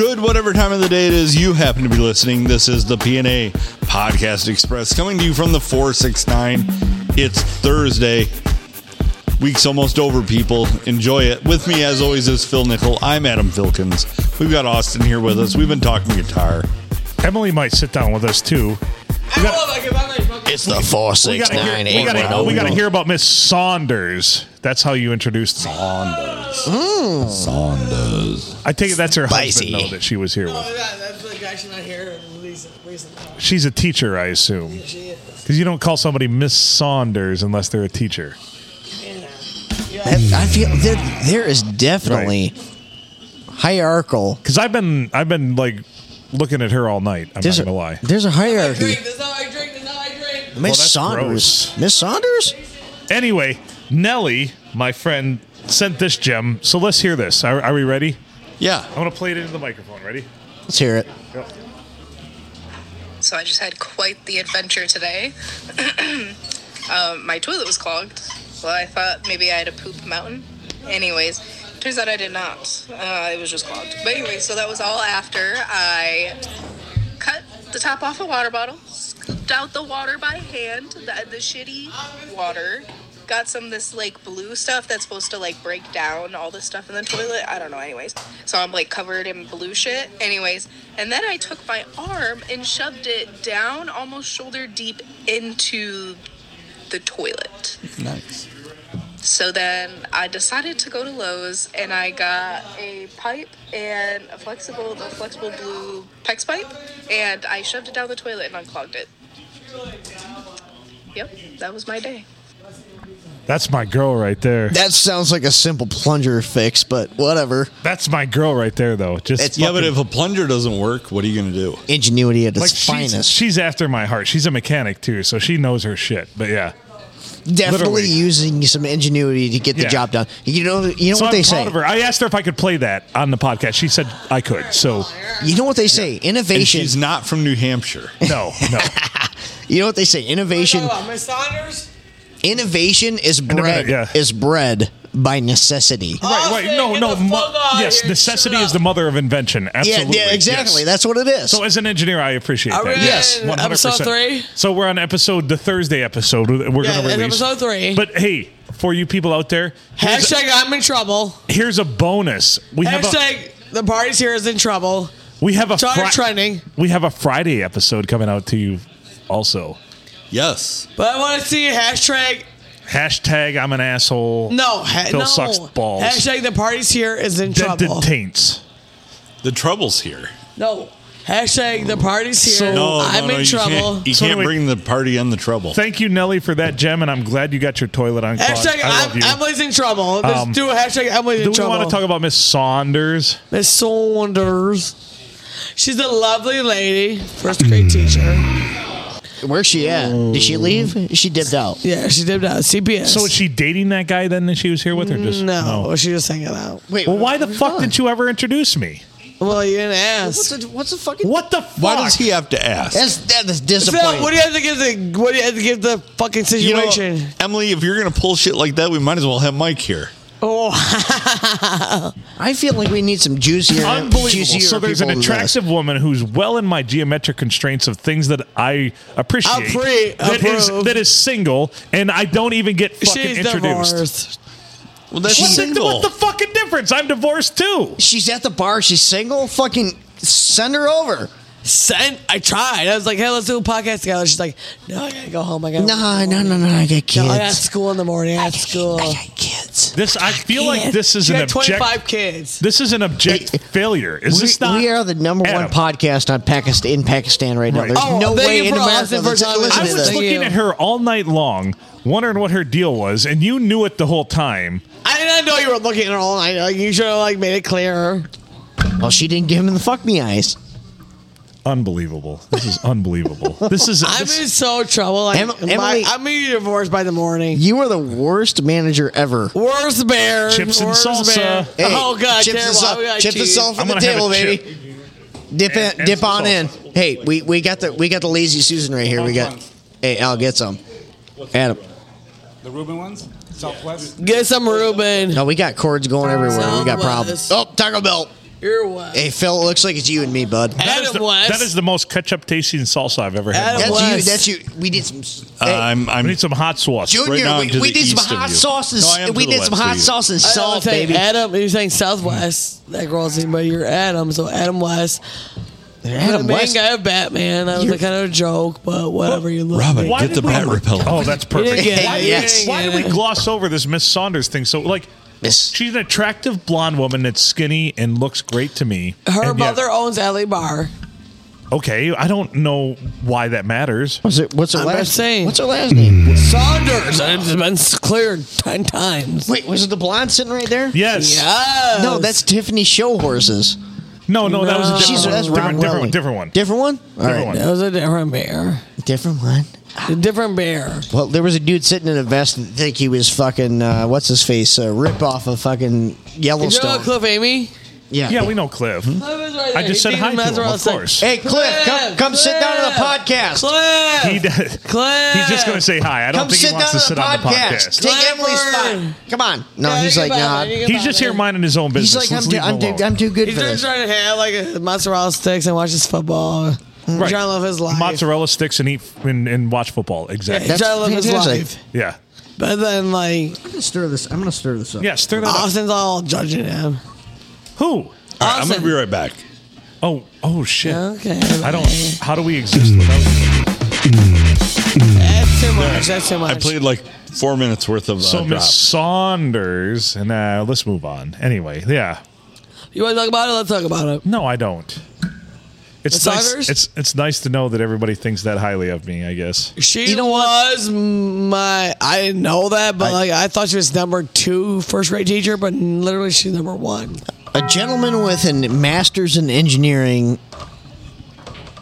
time of the day it is you happen to be listening, this is the PNA Podcast Express coming to you from the 469. It's Thursday. Week's almost over, people. Enjoy it. With me, as always, is Phil Nickel. I'm Adam Filkins. We've got Austin here with us. We've been talking guitar. Emily might sit down with us too. We got, It's the four we six gotta hear- nine we eight gotta- one oh. zero. we gotta hear about Miss Saunders. That's how you introduced. Saunders. Saunders. I take it that's her Mm. Spicy. husband though that she was here with. Oh, that, that's the guy she met here in recent, recent times. She's a teacher, I assume, She is. because you don't call somebody Miss Saunders unless they're a teacher. Yeah. I feel there, there is definitely hierarchical. Because I've been I've been like looking at her all night. I'm There's not gonna a, lie. there's a hierarchy. Drink, that's how I drink, that's how I drink. Miss that's Saunders. gross. Miss Saunders? Anyway, Nellie, my friend, sent this gem. So let's hear this. Are, are we ready? Yeah. I'm gonna play it into the microphone. Ready? Let's hear it. So I just had quite the adventure today. um, my toilet was clogged. Well, I thought maybe I had a poop mountain. Anyways, turns out I did not. Uh, it was just clogged. But anyway, so that was all after I cut the top off a water bottle, scooped out the water by hand, the, the shitty water. Got some of this like blue stuff that's supposed to like break down all this stuff in the toilet. I don't know, anyways. So I'm like covered in blue shit, anyways. And then I took my arm and shoved it down almost shoulder deep into the toilet. Nice. So then I decided to go to Lowe's and I got a pipe and a flexible, the flexible blue PEX pipe, and I shoved it down the toilet and unclogged it. Yep, that was my day. That's my girl right there. That sounds like a simple plunger fix, but whatever. That's my girl right there, though. Just It's- Yeah, but fucking- if a plunger doesn't work, what are you going to do? Ingenuity at its she's, finest. she's after my heart. She's a mechanic too, so she knows her shit. But yeah, Definitely literally. using some ingenuity to get the Yeah. job done. You know, you know so what I'm they proud say. of her. I asked her if I could play that on the podcast. She said I could. So You know what they say. And Innovation. she's not from New Hampshire. no, no. You know what they say. Innovation. Talk about Miss Saunders. Innovation is minute, bred. yeah. Oh, Is bred by necessity. right, right. No, Austin, get no. the fuck out of yes, here. necessity Shut is the up. mother of invention. Absolutely. Yeah, yeah, exactly. Yes. That's what it is. so as an engineer, I appreciate Are that. we Yes, in Episode three. So we're on episode the Thursday episode. We're Yeah, going to in release episode three. But hey, for you people out there, here's, Hashtag I'm in trouble. here's a bonus. We have a, Hashtag the party's here is in trouble. we have a Chart trending. We have a Friday episode coming out to you, also. Yes. But I want to see hashtag Hashtag I'm an asshole. no ha- Phil no. sucks balls. Hashtag the party's here is in Dead trouble. to taints. The trouble's here. no. Hashtag the party's here. So- No, I'm no, no, in you trouble. Can't, you So can't anyway- bring the party and the trouble. Thank you, Nelly, for that gem, and I'm glad you got your toilet on. Hashtag I love I'm, you. Emily's in trouble. Let's Um, do a hashtag Emily's in Do we trouble. want to talk about Miss Saunders? Miss Saunders. She's a lovely lady, first grade Mm. teacher. Where's she at? Did she leave? She dipped out. Yeah, she did that CPS. So is she dating that guy then that she was here with, or just no, she just hanging out. Wait. Well, why the fuck did you ever introduce me? Well, you didn't What's ask. the, what's the fucking? What the fuck? Why does he have to ask? That's that is Phil, disappointing. what do you have to give the what do you have to give the fucking You know, situation? Emily, if you're going to pull shit like that, we might as well have Mike here. oh, I feel like we need some juicier, Unbelievable. juicier So there's an people than attractive woman who's well in my geometric constraints of things that I appreciate. Appre- that is approve. that is single, and I don't even get fucking she's introduced. divorced. Well, that's What's the, single. what's the fucking difference? I'm divorced too. this. She's at the bar. She's single. Fucking send her over. Sent. I tried. I was like, hey, let's do a podcast together. She's like, no, I gotta go home. I gotta. No, no, no, no. I got kids. No, I got school in the morning. I have school. I got kids. This I feel like this is she an had 25 object. kids. This is an object failure. Is We, this not? we are the number Adam, one podcast on Pakistan in Pakistan right now. Right. There's Oh, no thank way you in for America Austin for that's telling us I this. listening to was this. Thank looking you. at her all night long, wondering what her deal was, and you knew it the whole time. I didn't know you were looking at her all night. Like, you should have like made it clearer. Well, Oh, she didn't give him the fuck me eyes. Unbelievable. This is unbelievable. this is. I'm this- in so trouble. Like, Em- my- Emily- I'm gonna be divorced by the morning. You are the worst manager ever. Worst bear. Chips and worst salsa. bear. Hey, oh god, chips and terrible. salt, We got chips and cheese. salt I'm from the gonna have table, a chip. baby. Dip And- in, and dip some on salsa. in. Hey, we, we got the we got the lazy Susan right here. We got. Hey, I'll get some. Adam, The Reuben ones? Southwest? Get some Reuben. no, we got cords going everywhere. We got problems. Oh, Taco Bell. You're what? Hey, Phil, it looks like it's you and me, bud. That is, Adam the, West. that is the most ketchup tasting salsa I've ever had. Adam- That's Wes. you. That's you. We did some. s- Hey, Uh, I'm, I'm We need some hot sauce. Junior, right now I'm we, to we the did some east of hot you. sauce and No, s- I am we to the did some west of hot you. sauce and I know, I'm salt, saying baby. Adam, you're saying Southwest. That girl's name, but you're Adam, so Adam West. Adam the main West. guy of Batman. That was You're- a kind of a joke, but whatever you love. Robin, me. Why get did the we- bat repellent. Oh, that's You didn't perfect. get it. Why- You yes. didn't Why get do we it. gloss over this Miss Saunders thing? So, like, Miss- she's an attractive blonde woman that's skinny and looks great to me. Her and yet- mother owns LA Bar. okay, I don't know why that matters. What's it? What's her I'm last? just saying. What's her Mm. last name? Saunders. It's been cleared ten times. Wait, was it the blonde sitting right there? Yes. Yes. No, that's Tiffany Show Horses. No, no, that was a No. different She's one. that's Rob different, different, Welling. one, different one. Different one. All Different one. that was a different bear. Different one. A different bear. Well, there was a dude sitting in a vest that think he was fucking uh, what's his face, a rip off of fucking Did you know Yellowstone. Cliff Amy? yeah. yeah, we know Cliff. Hmm? I just said hi to him, of course. Hey, Cliff, come come sit down on the podcast. Cliff. He does. Cliff. He's just going to say hi. I don't Come think sit he wants down to on sit the on the podcast. podcast. Take Clifford. Emily's spot. Come on. No, Yeah, he's you like, can nah. buy it. You can He's buy just it. here minding his own He's business. like, I'm Let's too, leave him I'm, too, alone. I'm too good He's for just this. trying to have like a mozzarella sticks and watches football. Right. Trying to live his life. mozzarella sticks and eat and, and watch football. Exactly. He's That's trying to live his fantastic. life. Yeah. But then like I'm gonna stir this. I'm gonna stir this up. Yeah. Stir that up. Austin's all judging him. Who? All right, I'm going to be right back. Oh. Oh shit. Okay. I don't. How do we exist without? That's too much. That's too much. I played like four minutes worth of uh, So Miss drops. Saunders and uh, let's move on. Anyway. Yeah. you want to talk about it? Let's talk about it. No, I don't. It's Miss nice. Saunders? It's it's nice to know that everybody thinks that highly of me. I guess. She You know what? was my. I didn't know that, but like I thought she was number two first grade teacher, but literally she's number one. A gentleman with a master's in engineering.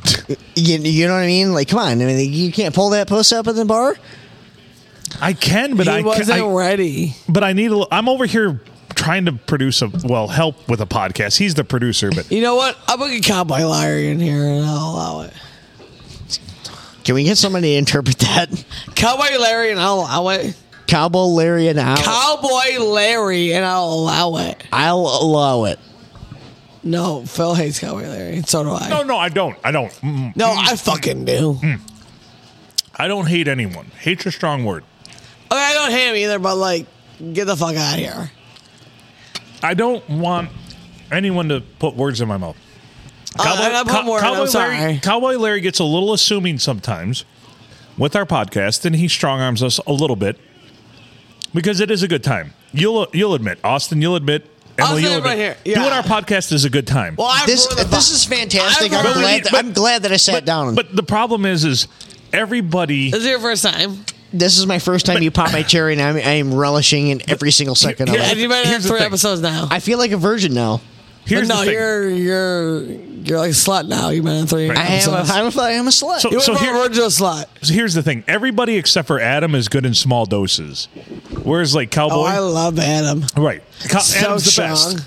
You, you know what I mean? Like, come on! I mean, you can't pull that puss up at the bar. I can, but But he I wasn't can, I, ready. but I need a. l- I'm over here trying to produce a well help with a podcast. He's the producer, but You know what? I'll book a cowboy liar in here, and I'll allow it. Can we get somebody to interpret that? Cowboy Larry, and I'll allow it. Cowboy Larry and I'll, Cowboy Larry, and I'll allow it. I'll allow it. No, Phil hates Cowboy Larry. So do I. no, Hmm. No, no, I don't. I don't. Mm, I fucking do. Okay, I don't hate anyone. Hate's a strong word. I don't hate him either, but like, get the fuck out of here. I don't want anyone to put words in my mouth. I'm not putting Cow- words, I'm Cowboy Larry, sorry. Cowboy Larry gets a little assuming sometimes with our podcast, and he strong arms us a little bit because it is a good time. You'll you'll admit, Austin. You'll admit. I'll Emily, say you'll it right admit, here. Doing Yeah. our podcast is a good time. Well, I This ruined the this fu- is fantastic. I ruined I'm But we glad, need- that, but- I'm glad that I sat but, down. But the problem is, is everybody. This is your first time. this is my first time you pop my cherry, and I'm, I am relishing in every single second of Yeah. And it. you might have Here's the three thing. episodes now. I feel like a virgin now. Here's but the no, thing. you're you're you're like a slut now. You've been in three. I am a, episodes. I'm a, I'm a slut. So- you went so from here- original slut. So here's the thing. Everybody except for Adam is good in small doses. Whereas like Cowboy, Oh, I love Adam. right? Cow- So Adam's the strong. best.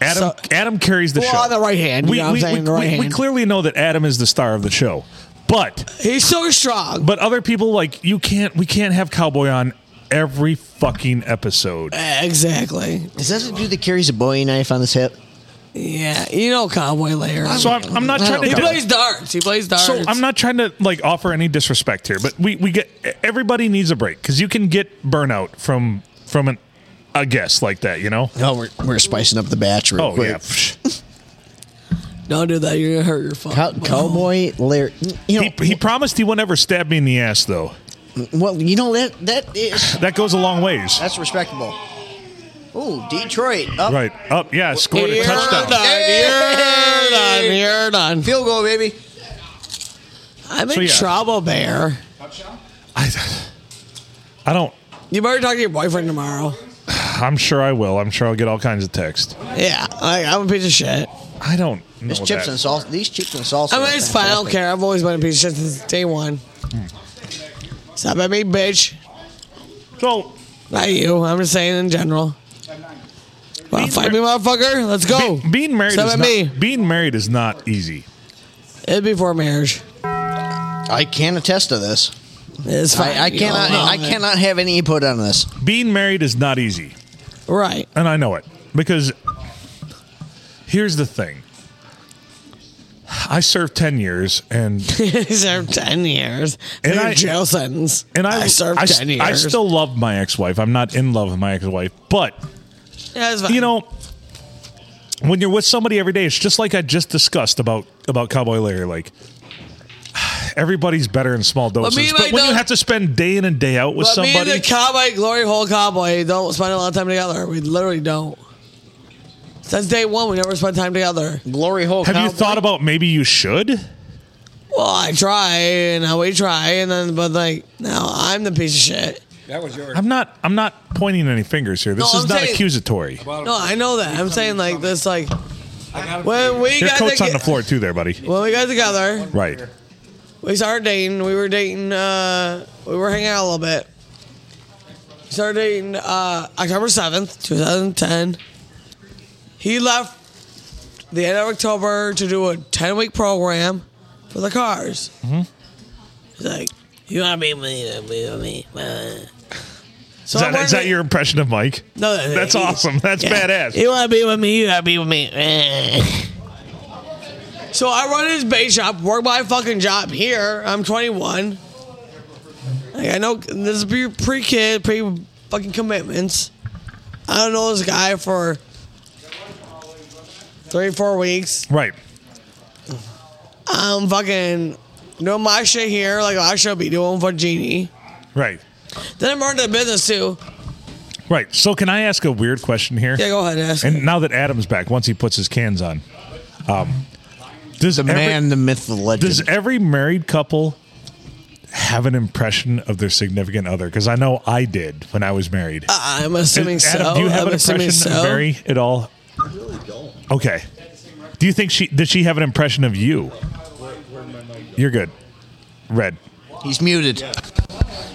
Adam So- Adam carries the Well, show on the right hand, you We, know what I'm we- saying, we- the right we- we hand. clearly know that Adam is the star of the show, but He's so strong. but other people like you can't. We can't have Cowboy on every fucking episode. exactly. Is that the dude that carries a Bowie knife on his hip? Yeah, you know Cowboy Lair. So I'm, I'm not I trying don't to. he know. plays darts. He plays darts. So I'm not trying to like offer any disrespect here, but we we get everybody needs a break because you can get burnout from from an a guest like that, you know. Oh, we're, we're spicing up the batch real Oh quick. yeah, Don't do that. You're gonna hurt your phone. Cow- Cowboy Larry. You know, he, he promised he won't ever stab me in the ass though. well, you know that that is That goes a long ways. that's respectable. Oh, Detroit up Right up, yeah, scored a You're touchdown. done. You're done. You're done. field goal, baby. I'm in So, yeah. trouble, Bear. I, I don't. You better talk to your boyfriend tomorrow. I'm sure I will. I'm sure I'll get all kinds of text. Yeah, like, I'm a piece of shit. I don't know These chips that. and salsa. These chips and salsa. I are mean, it's fine. I don't fantastic. care. I've always been a piece of shit since day one. Stop at me, bitch. So Not you. I'm just saying in general. Well, fight me, motherfucker. Let's go. be- being married Stop is at not, me. being married is not easy. It's before marriage. I can attest to this. It's fine. I, I You all cannot. know I it. cannot have any input on this. Being married is not easy. Right. and I know it because Here's the thing. I served 10 years and he served 10 years. And And I- a jail sentence. and I, served I, 10 years. I still love my ex-wife. I'm not in love with my ex-wife, but Yeah, it's fine. you know, when you're with somebody every day, it's just like I just discussed about about Cowboy Larry. Like everybody's better in small me doses, and but my when you dog- have to spend day in and day out with but me somebody, and the cowboy, glory hole cowboy, don't spend a lot of time together. We literally don't. Since day one, we never spent time together. Glory hole. have you cowboy. thought about maybe you should? Well, I try and I we try and then, but like, now I'm the piece of shit. That was yours. I'm not. I'm not pointing any fingers here. This No, is I'm not saying- accusatory. No, I know that. I'm saying like this, like I got it. when we Your got coat's on toge- the floor too, there, buddy. when we got together, Right. we started dating. We were dating. uh We were hanging out a little bit. We started dating uh October seventh, two thousand ten. He left the end of October to do a ten week program for the cars. Mm-hmm. He's like, "You want to be with me? you wanna Be with me?" So Is I'm that, is wearing that the- your impression of Mike? No, That's he- awesome. That's yeah. badass. You want to be with me? You gotta be with me. so I run his bait shop, work my fucking job here. I'm 21. Like I know this is pre kid, pre fucking commitments. I don't know this guy for three, four weeks. right. I'm fucking doing my shit here, like I should be doing for Genie. Right. Then I'm running the business too. Right. So can I ask a weird question here? Yeah, go ahead and ask. And now that Adam's back, once he puts his cans on, um, does The every, man, the myth, the legend. does every married couple have an impression of their significant other? Because I know I did when I was married. Uh, I'm assuming Adam, so. do you have I'm an assuming impression so. of Mary at all? I really don't. Okay. Do you think she did she have an impression of you? You're good. Red. He's muted.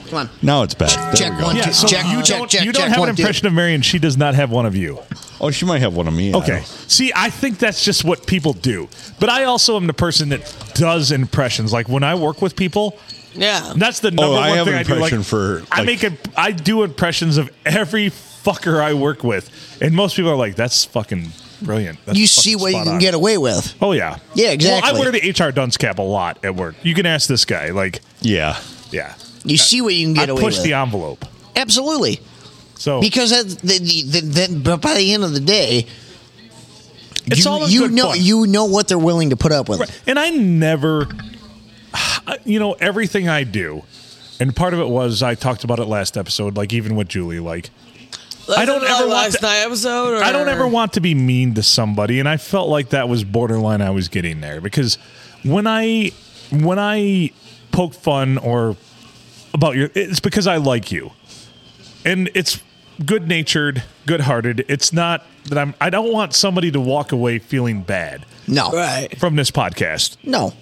Come on. Now it's back. There Check we go. one. Yeah, so check, you check, don't, check, you don't check, have one, an two. impression of Mary and she does not have one of you. Oh, she might have one of me. I Okay. don't- See, I think that's just what people do. But I also am the person that does impressions. Like when I work with people, Yeah. that's the number Oh, one I have thing an I do. Like, impression for, I like- make a, I do impressions of every fucker I work with, and most people are like, "That's fucking brilliant." That's You see fucking what you spot can on." get away with. Oh yeah, Yeah, Well, I exactly. wear the HR dunce cap a lot at work. You can ask this guy. Like, Yeah. yeah, You see what you can get I away push with. the envelope. Absolutely. So Because at the, the, the, the, but by the end of the day, it's you, all in you good know fun. you know what they're willing to put up with. Right. And I never, I- you know, everything I do, and part of it was I talked about it last episode, like even with Julie, like I don't Listen to ever want the last to- night episode. Or? I don't ever want to be mean to somebody, and I felt like that was borderline. I was getting there because when I when I poke fun or about your, it's because I like you, and it's good natured, good hearted. It's not that I'm. I don't want somebody to walk away feeling bad No. Right. from this podcast. No.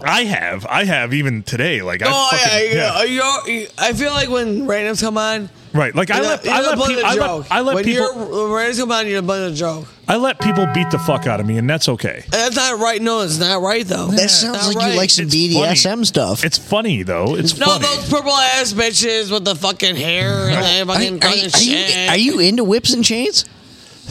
I have. I have even today. Like I Oh yeah, fucking, you yeah. know, you're- you- I feel like when randoms come on, Right. Like I you let know, I you let, play peop- the I joke. let, I let when people you're- when randoms come on, you're playing a joke. I let people beat the fuck out of me and that's okay. And that's not right. No, it's not right though. That It's sounds not like right. you like some It's BDSM funny. stuff. It's funny though. It's No, funny. those purple ass bitches with the fucking hair and the Are, fucking, are- fucking are you, shit. are you into whips and chains?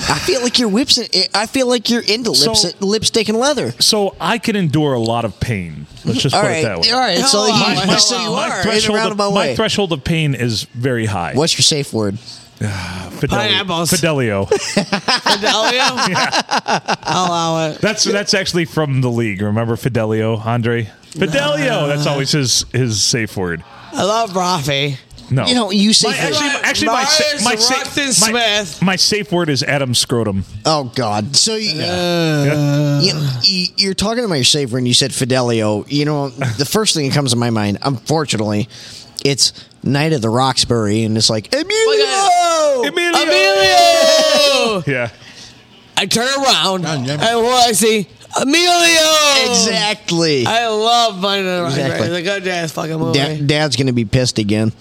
I feel like you're whips. And, eh, I feel like you're into So- lips, lipstick and leather. so I can endure a lot of pain. Let's just All put right, it that way. all right. So, Hello, you, my- so my- you my are in a Threshold of, roundabout my way. threshold of pain is very high. What's your safe word? Fidelio. Pineapples. Fidelio. Fidelio? I'll allow it. That's that's actually from the league. Remember Fidelio, Andre? Fidelio. that's always his his safe word. I love Rafi. No. You know, you say. My- actually, actually, my, sa- Lars my, sa- Rockton my- Smith. my safe word is Adam Scrotum. oh God! So you, Uh. you, you, are talking about your safe word, and you said Fidelio. You know, the first thing that comes to my mind, unfortunately, it's Night of the Roxbury, and it's like Emilio. Emilio! Emilio! Yeah. I turn around Yum, yum. and what I see, Emilio! Exactly. I love Finding Nemo. Exactly. It's a good ass fucking movie. Da- Dad's gonna be pissed again.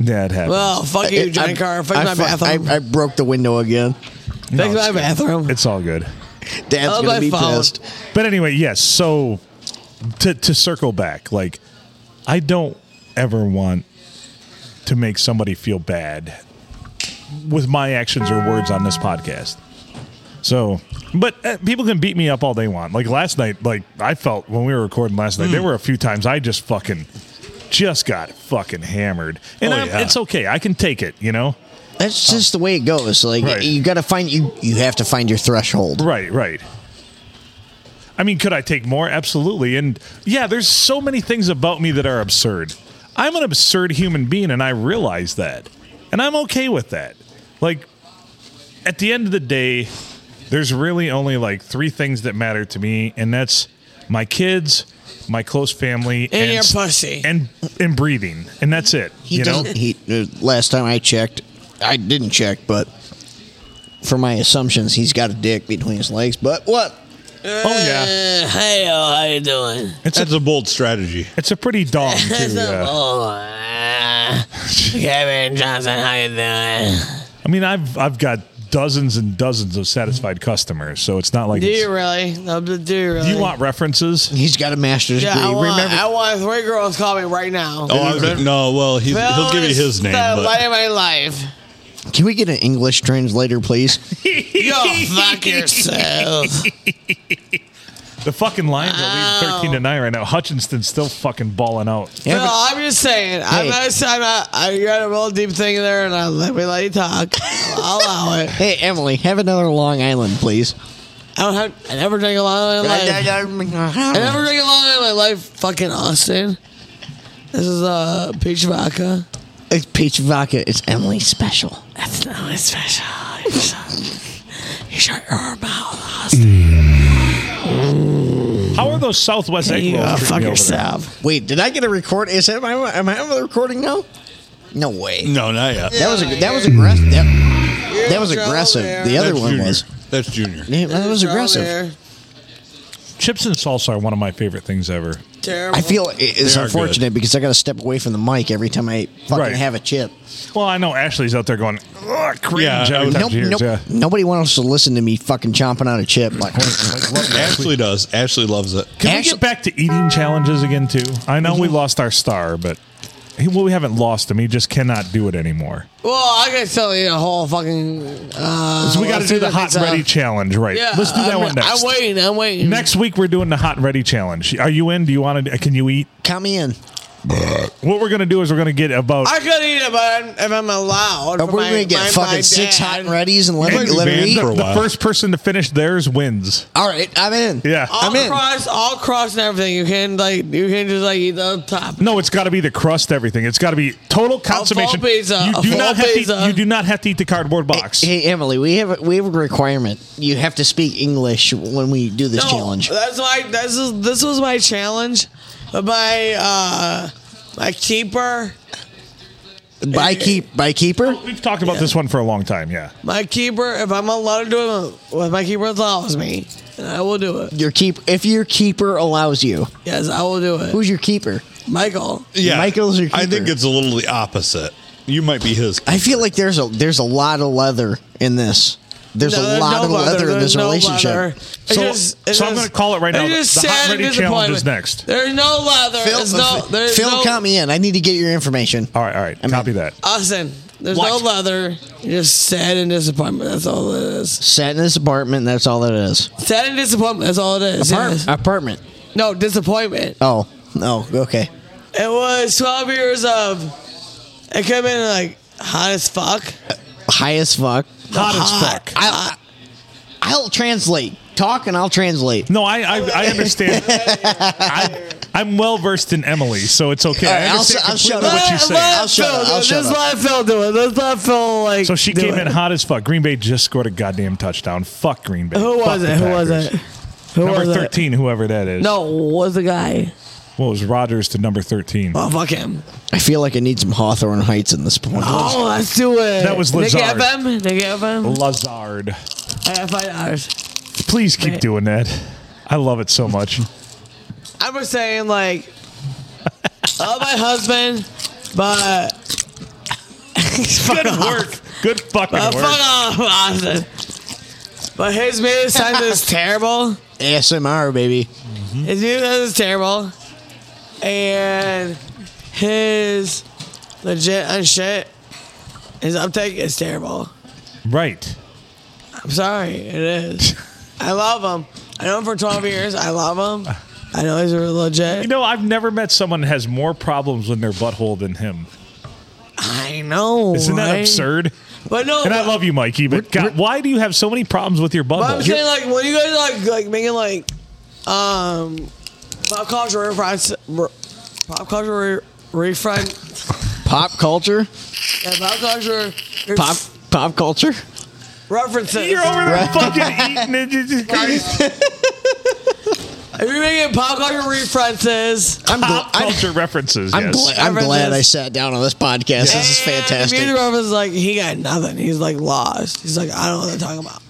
Yeah, it happens. well, fuck you, John Carr. Fix I, my fu- bathroom. I, I broke the window again. No, it's Fix my good. bathroom. It's all good. Dad's Oh, gonna my be phone. pissed. But anyway, yes. So to to circle back, like I don't ever want to make somebody feel bad with my actions or words on this podcast. So, but uh, people can beat me up all they want. Like last night, like I felt when we were recording last Hmm. night, there were a few times I just fucking just got fucking hammered, and Oh, I'm, yeah. it's okay. I can take it. You know. That's Oh. just the way it goes. Like Right. you got to find you you have to find your threshold. Right, right. I mean, could I take more? Absolutely. And yeah, there's so many things about me that are absurd. I'm an absurd human being, and I realize that. And I'm okay with that. Like, at the end of the day, there's really only like three things that matter to me, and that's my kids, my close family, And your s- pussy. and and breathing, and that's it. He you know, doesn't. He uh, last time I checked, I didn't check, but for my assumptions, he's got a dick between his legs. But what? oh yeah, Uh, hey, oh, how you doing? it's That's a a bold strategy. it's a pretty dong too. yeah. Oh, uh, Kevin Johnson, how you doing? I mean, I've I've got dozens and dozens of satisfied customers, so it's not like. Do it's- you really? No, but Do you really? do you want references? He's got a master's Yeah, I degree. want, Remember? I want three girls call me right now. Oh, I was, no. Well, he, Well, he'll give you it's his name. The light But of my life. Can we get an English translator, please? Go fuck yourself. The fucking Lions are leading thirteen to nine right now. Hutchinson's still fucking balling out. Yeah, no, but- I'm just saying. I'm Hey. not. I'm not. I, you got a real deep thing there, and I let me let you talk. I'll allow it. hey, Emily, have another Long Island, please. I don't have. I never drink a lot in my life. I never drink a lot in my life. Fucking Austin. This is uh peach vodka. It's peach vodka. It's Emily special. That's not really special. You shut, you shut your mouth, Austin. How are those Southwest egg You rolls? go treating fuck you over there? yourself. Wait, did I get a record? Is that my, am I on the recording now? No way. no, not yet. That was a, that was aggressive. That, that was You're in aggressive. trouble The there. other That's one junior. was. That's junior. Yeah, That was You're in trouble aggressive. there. Chips and salsa are one of my favorite things ever. Terrible. I feel it- it's They are unfortunate because I got to step away from the mic every time I fucking Right. have a chip. Well, I know Ashley's out there going, "Ugh, cringe." Yeah, I every was- time Nope, she hears, nope. yeah. Nobody wants to listen to me fucking chomping on a chip. Like, Ashley does. Ashley loves it. Can we Ashley- get back to eating challenges again too? I know we lost our star, but he, well, we haven't lost him. He just cannot do it anymore. Well, I can still eat a whole fucking. Uh, So we got to let's do see the if hot it's, uh, ready challenge, right? Yeah, Let's do that I'm, one next. I'm waiting. I'm waiting. Next week we're doing the hot and ready challenge. Are you in? Do you want to? Can you eat? come in. What we're gonna do is we're gonna get about. I could eat it, but I'm, if I'm allowed. Are for we my- gonna get my- fucking my six dad. hot and readies and let might her, be let her banned eat? for a the while. first person to finish theirs wins. All right, I'm in. Yeah. All I'm in. cross, all cross, and everything. You can like, you can just like eat the top. No, it's got to be the crust. Everything. It's got to be total consummation. pizza, You a do full not have to. pizza. Eat, you do not have to eat the cardboard box. Hey Emily, we have a, we have a requirement. You have to speak English when we do this No, challenge. That's my. This is this was my challenge. But My uh, my keeper, Eh, By keep by keeper. We've talked about this one for a long time. Yeah. my keeper. If I'm allowed to do it, if my keeper allows me, then I will do it. Your keep if your keeper allows you. Yes, I will do it. Who's your keeper? Michael? Yeah, Michael's your I think keeper. it's a little the opposite. You might be his. I feel like there's a there's a lot of leather in this. There's No, a there's lot no of leather, in there's this no relationship. leather. It So- it so I'm gonna call it right now. it's just The hot sad ready and challenge is disappointment. next. There's no leather. Phil, there's no. There's Phil, no, count me in. I need to get your information. All right. All right. I'm copy in. that. Austin, there's What? no leather. You're just sad and disappointment. That's all it is. Sat in this apartment. That's all that it is. Sad and disappointment. That's all it is. Apart- yes. Uh, Apartment. No disappointment. Oh, no. Okay. It was 12 years of. It could have been like hot as fuck. High as fuck. Hot as fuck. I, I'll translate. Talk and I'll translate. No, I I, I understand. I, I'm well versed in Emily, so it's okay. All I right, I'll understand s- I'll shut completely up. what you Let- say. let I'll shut Phil up, do it. I'll shut Just up. let Phil do it. Let's let Phil like. So she do came in it. hot as fuck. Green Bay just scored a goddamn touchdown. Fuck Green Bay. Who Fuck was the it? Who was Packers. it? Who number was it? 13, whoever that is. No, was the guy. Well, it was Rodgers to number 13. Oh fuck him. I feel like I need some Hawthorne Heights in this point. Oh, let's do it. That was Nick Lazard. FM. Nick FM. Lazard. I got five dollars. Please keep doing that. I love it so much. I was saying like, I love my husband, but Good work. Good fucking but work. Uh, fuck off, Austin. But his music sound is terrible. ASMR, baby. His music sound is terrible, and his legit and shit, his uptake is terrible. Right. I'm sorry, it is. I love him. I know him for 12 years. I love him. I know he's legit. You know, I've never met someone that has more problems with their butthole than him. I know. Isn't that right? absurd? But no. And I but- love you, Mikey, but God, why do you have so many problems with your But I'm butthole? saying like, what are you guys like, like making like, um, pop culture reference, re- pop culture re- refren, Pop culture, yeah, pop culture ref- pop pop culture. references. You're over there fucking eating it. It's just crazy. If you're making pop culture references, I'm gl- Pop I'm, culture references. I'm, yes. gla- I'm References. glad I sat down on this podcast. This is fantastic. Music references like he got nothing. He's like lost. He's like I don't know what they're talking about.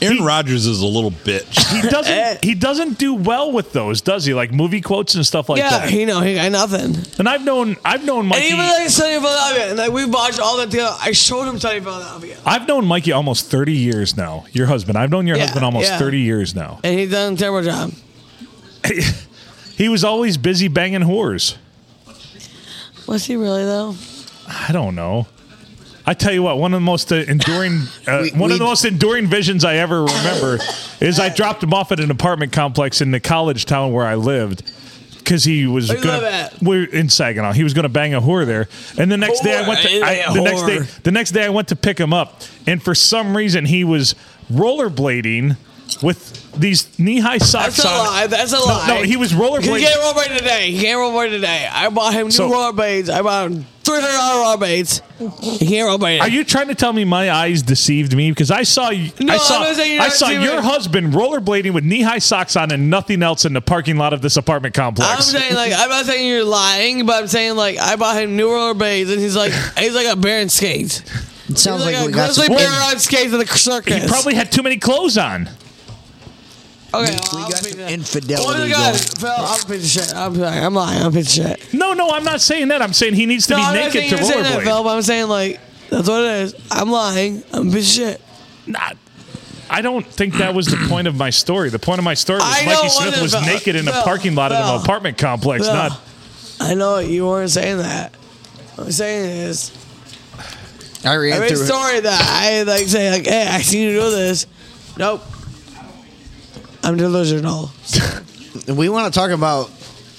Aaron Rodgers is a little bitch. he Eh. doesn't. He doesn't do well with those, does he? Like movie quotes and stuff like yeah, that. he know he got nothing. and I've known. I've known And Mikey. even like Sunny Philadelphia, and like we watched all that together. I showed him Sunny Philadelphia, I've known Mikey almost 30 years now. Your husband. I've known your Yeah, husband almost yeah. 30 years now. and he done a terrible job. He was always busy banging whores. Was he really though? I don't know. I tell you what, one of the most uh, enduring, uh, We- one we- of the most enduring visions I ever remember is I dropped him off at an apartment complex in the college town where I lived because he was Where you gonna- live at? we're in Saginaw. He was going to bang a whore there, and the next day I went to Whore, I- yeah, the next day whore. the next day I went to pick him up, and for some reason he was rollerblading with these knee high socks That's a on. lie. That's a lie. no, he was rollerblading. He can't rollerblade today. He can't rollerblade today. I bought him new So- rollerblades. I bought him three hundred dollar rollerblades. He can't rollerblade. Are you trying to tell me my eyes deceived me? Because I saw you. No, I saw, I'm not saying you're I not saw deceiving your me. husband rollerblading with knee high socks on and nothing else in the parking lot of this apartment I'm complex. saying like I'm not saying you're lying, but I'm saying like I bought him new rollerblades, and he's like he's like a bear in skates. It He's sounds like, like, a we got grizzly some. bear in- on skates in the circus. he probably had too many clothes on. okay. we well, got I'll be some the- infidelity Oh my God, Phil, I'm a piece of shit. I'm sorry. I'm lying. I'm a piece of shit. No, no, I'm not saying that. I'm saying he needs to No, I'm be not naked saying to you're saying that, Phil, rollerblade. but I'm saying like that's what it is. I'm lying. I'm a piece of shit. Not. I don't think that was the point of my story. The point of my story was I Mikey know Smith what was about- naked in a Phil, parking lot of Phil, an apartment complex. Phil. Not I know you weren't saying that. What I'm saying is I ran every through it. story that I like say like, hey, I seen you do this. Nope. I'm delusional. We want to talk about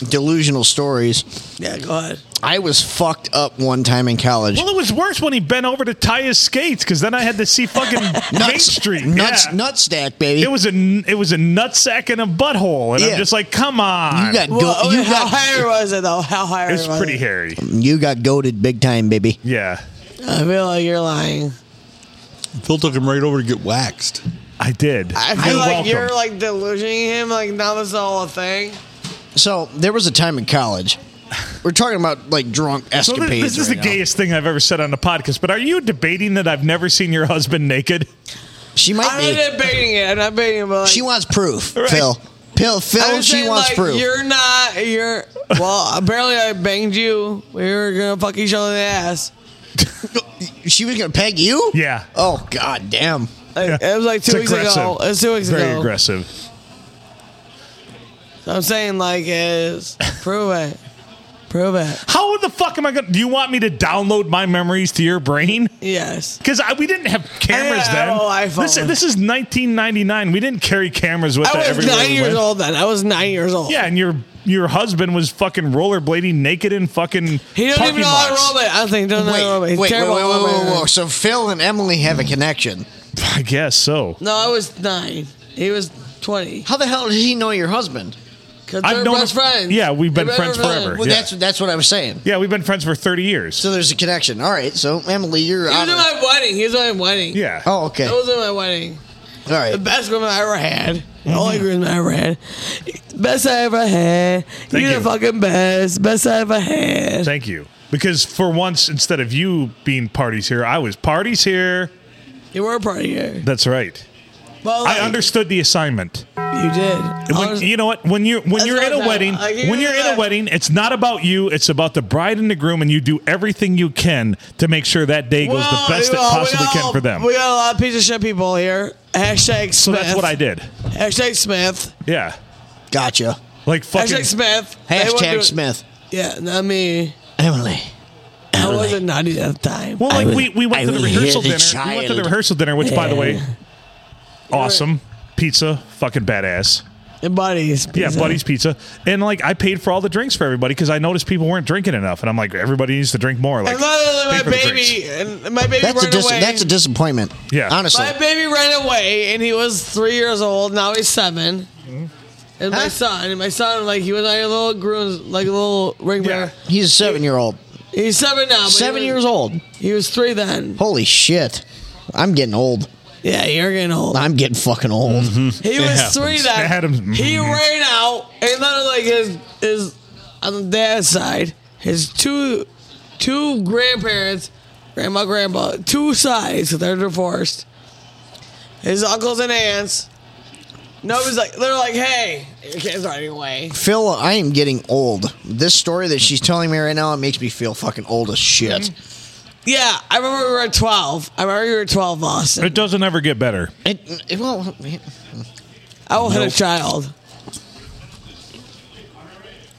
delusional stories. Yeah, go ahead. I was fucked up one time in college. well, it was worse when he bent over to tie his skates because then I had to see fucking Main Street. nuts, Yeah. nut stack, baby. It was a it was a nutsack and a butthole, and Yeah. I'm just like, come on. you got go- Well, you how got hairy was it though? How hairy it's was pretty it? hairy. you got goaded big time, baby. Yeah, I feel like you're lying. Phil took him right over to get waxed. I did. I feel like you're like delusioning him. Like now this is all a thing. So there was a time in college. We're talking about like drunk so this, escapades. this is right the now. gayest thing I've ever said on the podcast. But are you debating that I've never seen your husband naked? She might I'm be. not debating it. I'm not debating it. But like, She wants proof, Right. Phil. Phil, Oh, I'm Oh, Phil. just She saying, wants like, proof. You're not. You're well. Apparently, I banged you. We were gonna fuck each other in the ass. She was gonna peg you. Yeah. Oh god damn. Like, Yeah. It was like two It's weeks ago. aggressive. It was two weeks Very ago. aggressive. I'm saying like is prove it, prove it. How the fuck am I going? to Do you want me to download my memories to your brain? Yes. Because we didn't have cameras I had an then. old iPhone. This, this is 1999. We didn't carry cameras with us I was everywhere nine we years went. old then. I was nine years old. Yeah, and your your husband was fucking rollerblading naked in fucking. He doesn't even parking know how to lots. roll it. I don't think he doesn't Wait, know how to roll it. wait, He's wait, wait, wait, terrible at wait, rollerblading. whoa. So Phil and Emily have a connection. I guess so. No, I was nine. He was twenty. How the hell did he know your husband? Cause I've they're known best him- friends. yeah, we've been They're friends best forever. Well, Yeah. that's that's what I was saying. Yeah, we've been friends for 30 years. So there's a connection. All right. So Emily, you're He out. was at of- my wedding. He was at my wedding. yeah. Oh, okay. That All was at my wedding. right. The best groom I ever had. Mm-hmm. The only groom I ever had. Best I ever had. Thank You're you. the fucking best. Best I ever had. Thank you. Because for once, instead of you being parties here, I was parties here. you were a party here. That's right. Well, I understood the assignment. You did. When- Honest- you know what? When you're when That's you're what in a I'm- wedding, I give when you you're in that. a wedding, it's not about you. It's about the bride and the groom, and you do everything you can to make sure that day goes Well, the best it well, we possibly all- can for them. We got a lot of piece of shit people here. Hashtag Smith. So that's what I did. Hashtag Smith. Yeah. Gotcha. Like fucking. Hashtag Smith. They wouldn't do Hashtag it. Smith. Yeah, not me. Emily. I wasn't naughty at the time. Well, I like will- we, we went I to the will hear rehearsal the dinner. We went to the child. rehearsal dinner, which by the way, awesome. Pizza, fucking badass. And buddies. Yeah, pizza. Buddy's Pizza. And like, I paid for all the drinks for everybody because I noticed people weren't drinking enough. And I'm like, everybody needs to drink more. Like, And literally, pay my for the drinks. baby, and my baby That's a ran dis- away. that's a disappointment. Yeah. honestly. my baby ran away, and he was three years old. Now he's 7 And my Mm-hmm. Huh? son, and my son, like he was like a little groom, like a little ring Yeah. bearer. He's a seven year old. He's seven now. But Seven he was, years old. He was three then. Holy shit. I'm getting old. Yeah, you're getting old. I'm getting fucking old. Mm-hmm. He was happens. Mm-hmm. three then. Adam's- he ran out, and then like his his on the dad's side, his two two grandparents, grandma, grandpa, two sides. They're divorced. His uncles and aunts. Nobody's like they're like, hey, your kid's running away. Phil, I am getting old. This story that she's telling me right now, it makes me feel fucking old as shit. Mm-hmm. Yeah, I remember we were at twelve. I remember you were twelve, Austin. It doesn't ever get better. It, it, well, I will hit a child.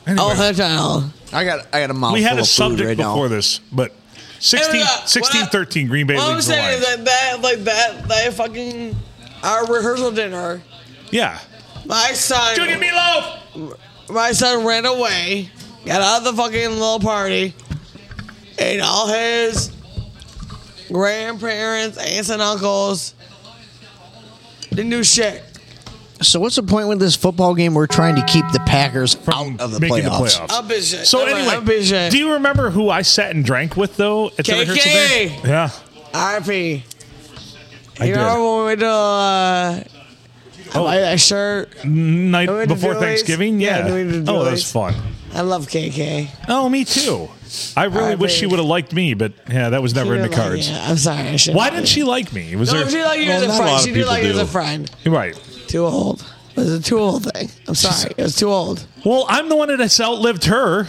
I will Anyway. hit a child. I got I got a mouthful we had a of subject food right before now. this, but 16, Hey, look, 16 what I- 13, Green Bay All I'm leads the saying line. is that, that like that that fucking our rehearsal dinner. yeah. My son, Junior Meatloaf! my son ran away, got out of the fucking little party, and all his grandparents, aunts, and uncles didn't do shit. So what's the point with this football game? We're trying to keep the Packers From out of the making playoffs. the playoffs. Up is shit. So Never mind, up is anyway, shit. do you remember who I sat and drank with though at the KK. rehearsal day? Yeah, RP. I You did. remember when we went to uh, I Oh. like that shirt? Night Doing the before Julie's? Thanksgiving. Yeah, Yeah. doing the oh, that was fun. Julie's. I love KK. Oh, me too. I really I wish she think- would have liked me, but yeah, that was never in the You're like, cards. yeah, I'm sorry. I shouldn't Why have. didn't she like me? Was No, there she like you Well, as a not a friend. lot She of did people like you as a do. friend. right? Too old. It was a too old thing. I'm sorry. It was too old. Well, I'm the one that has outlived her.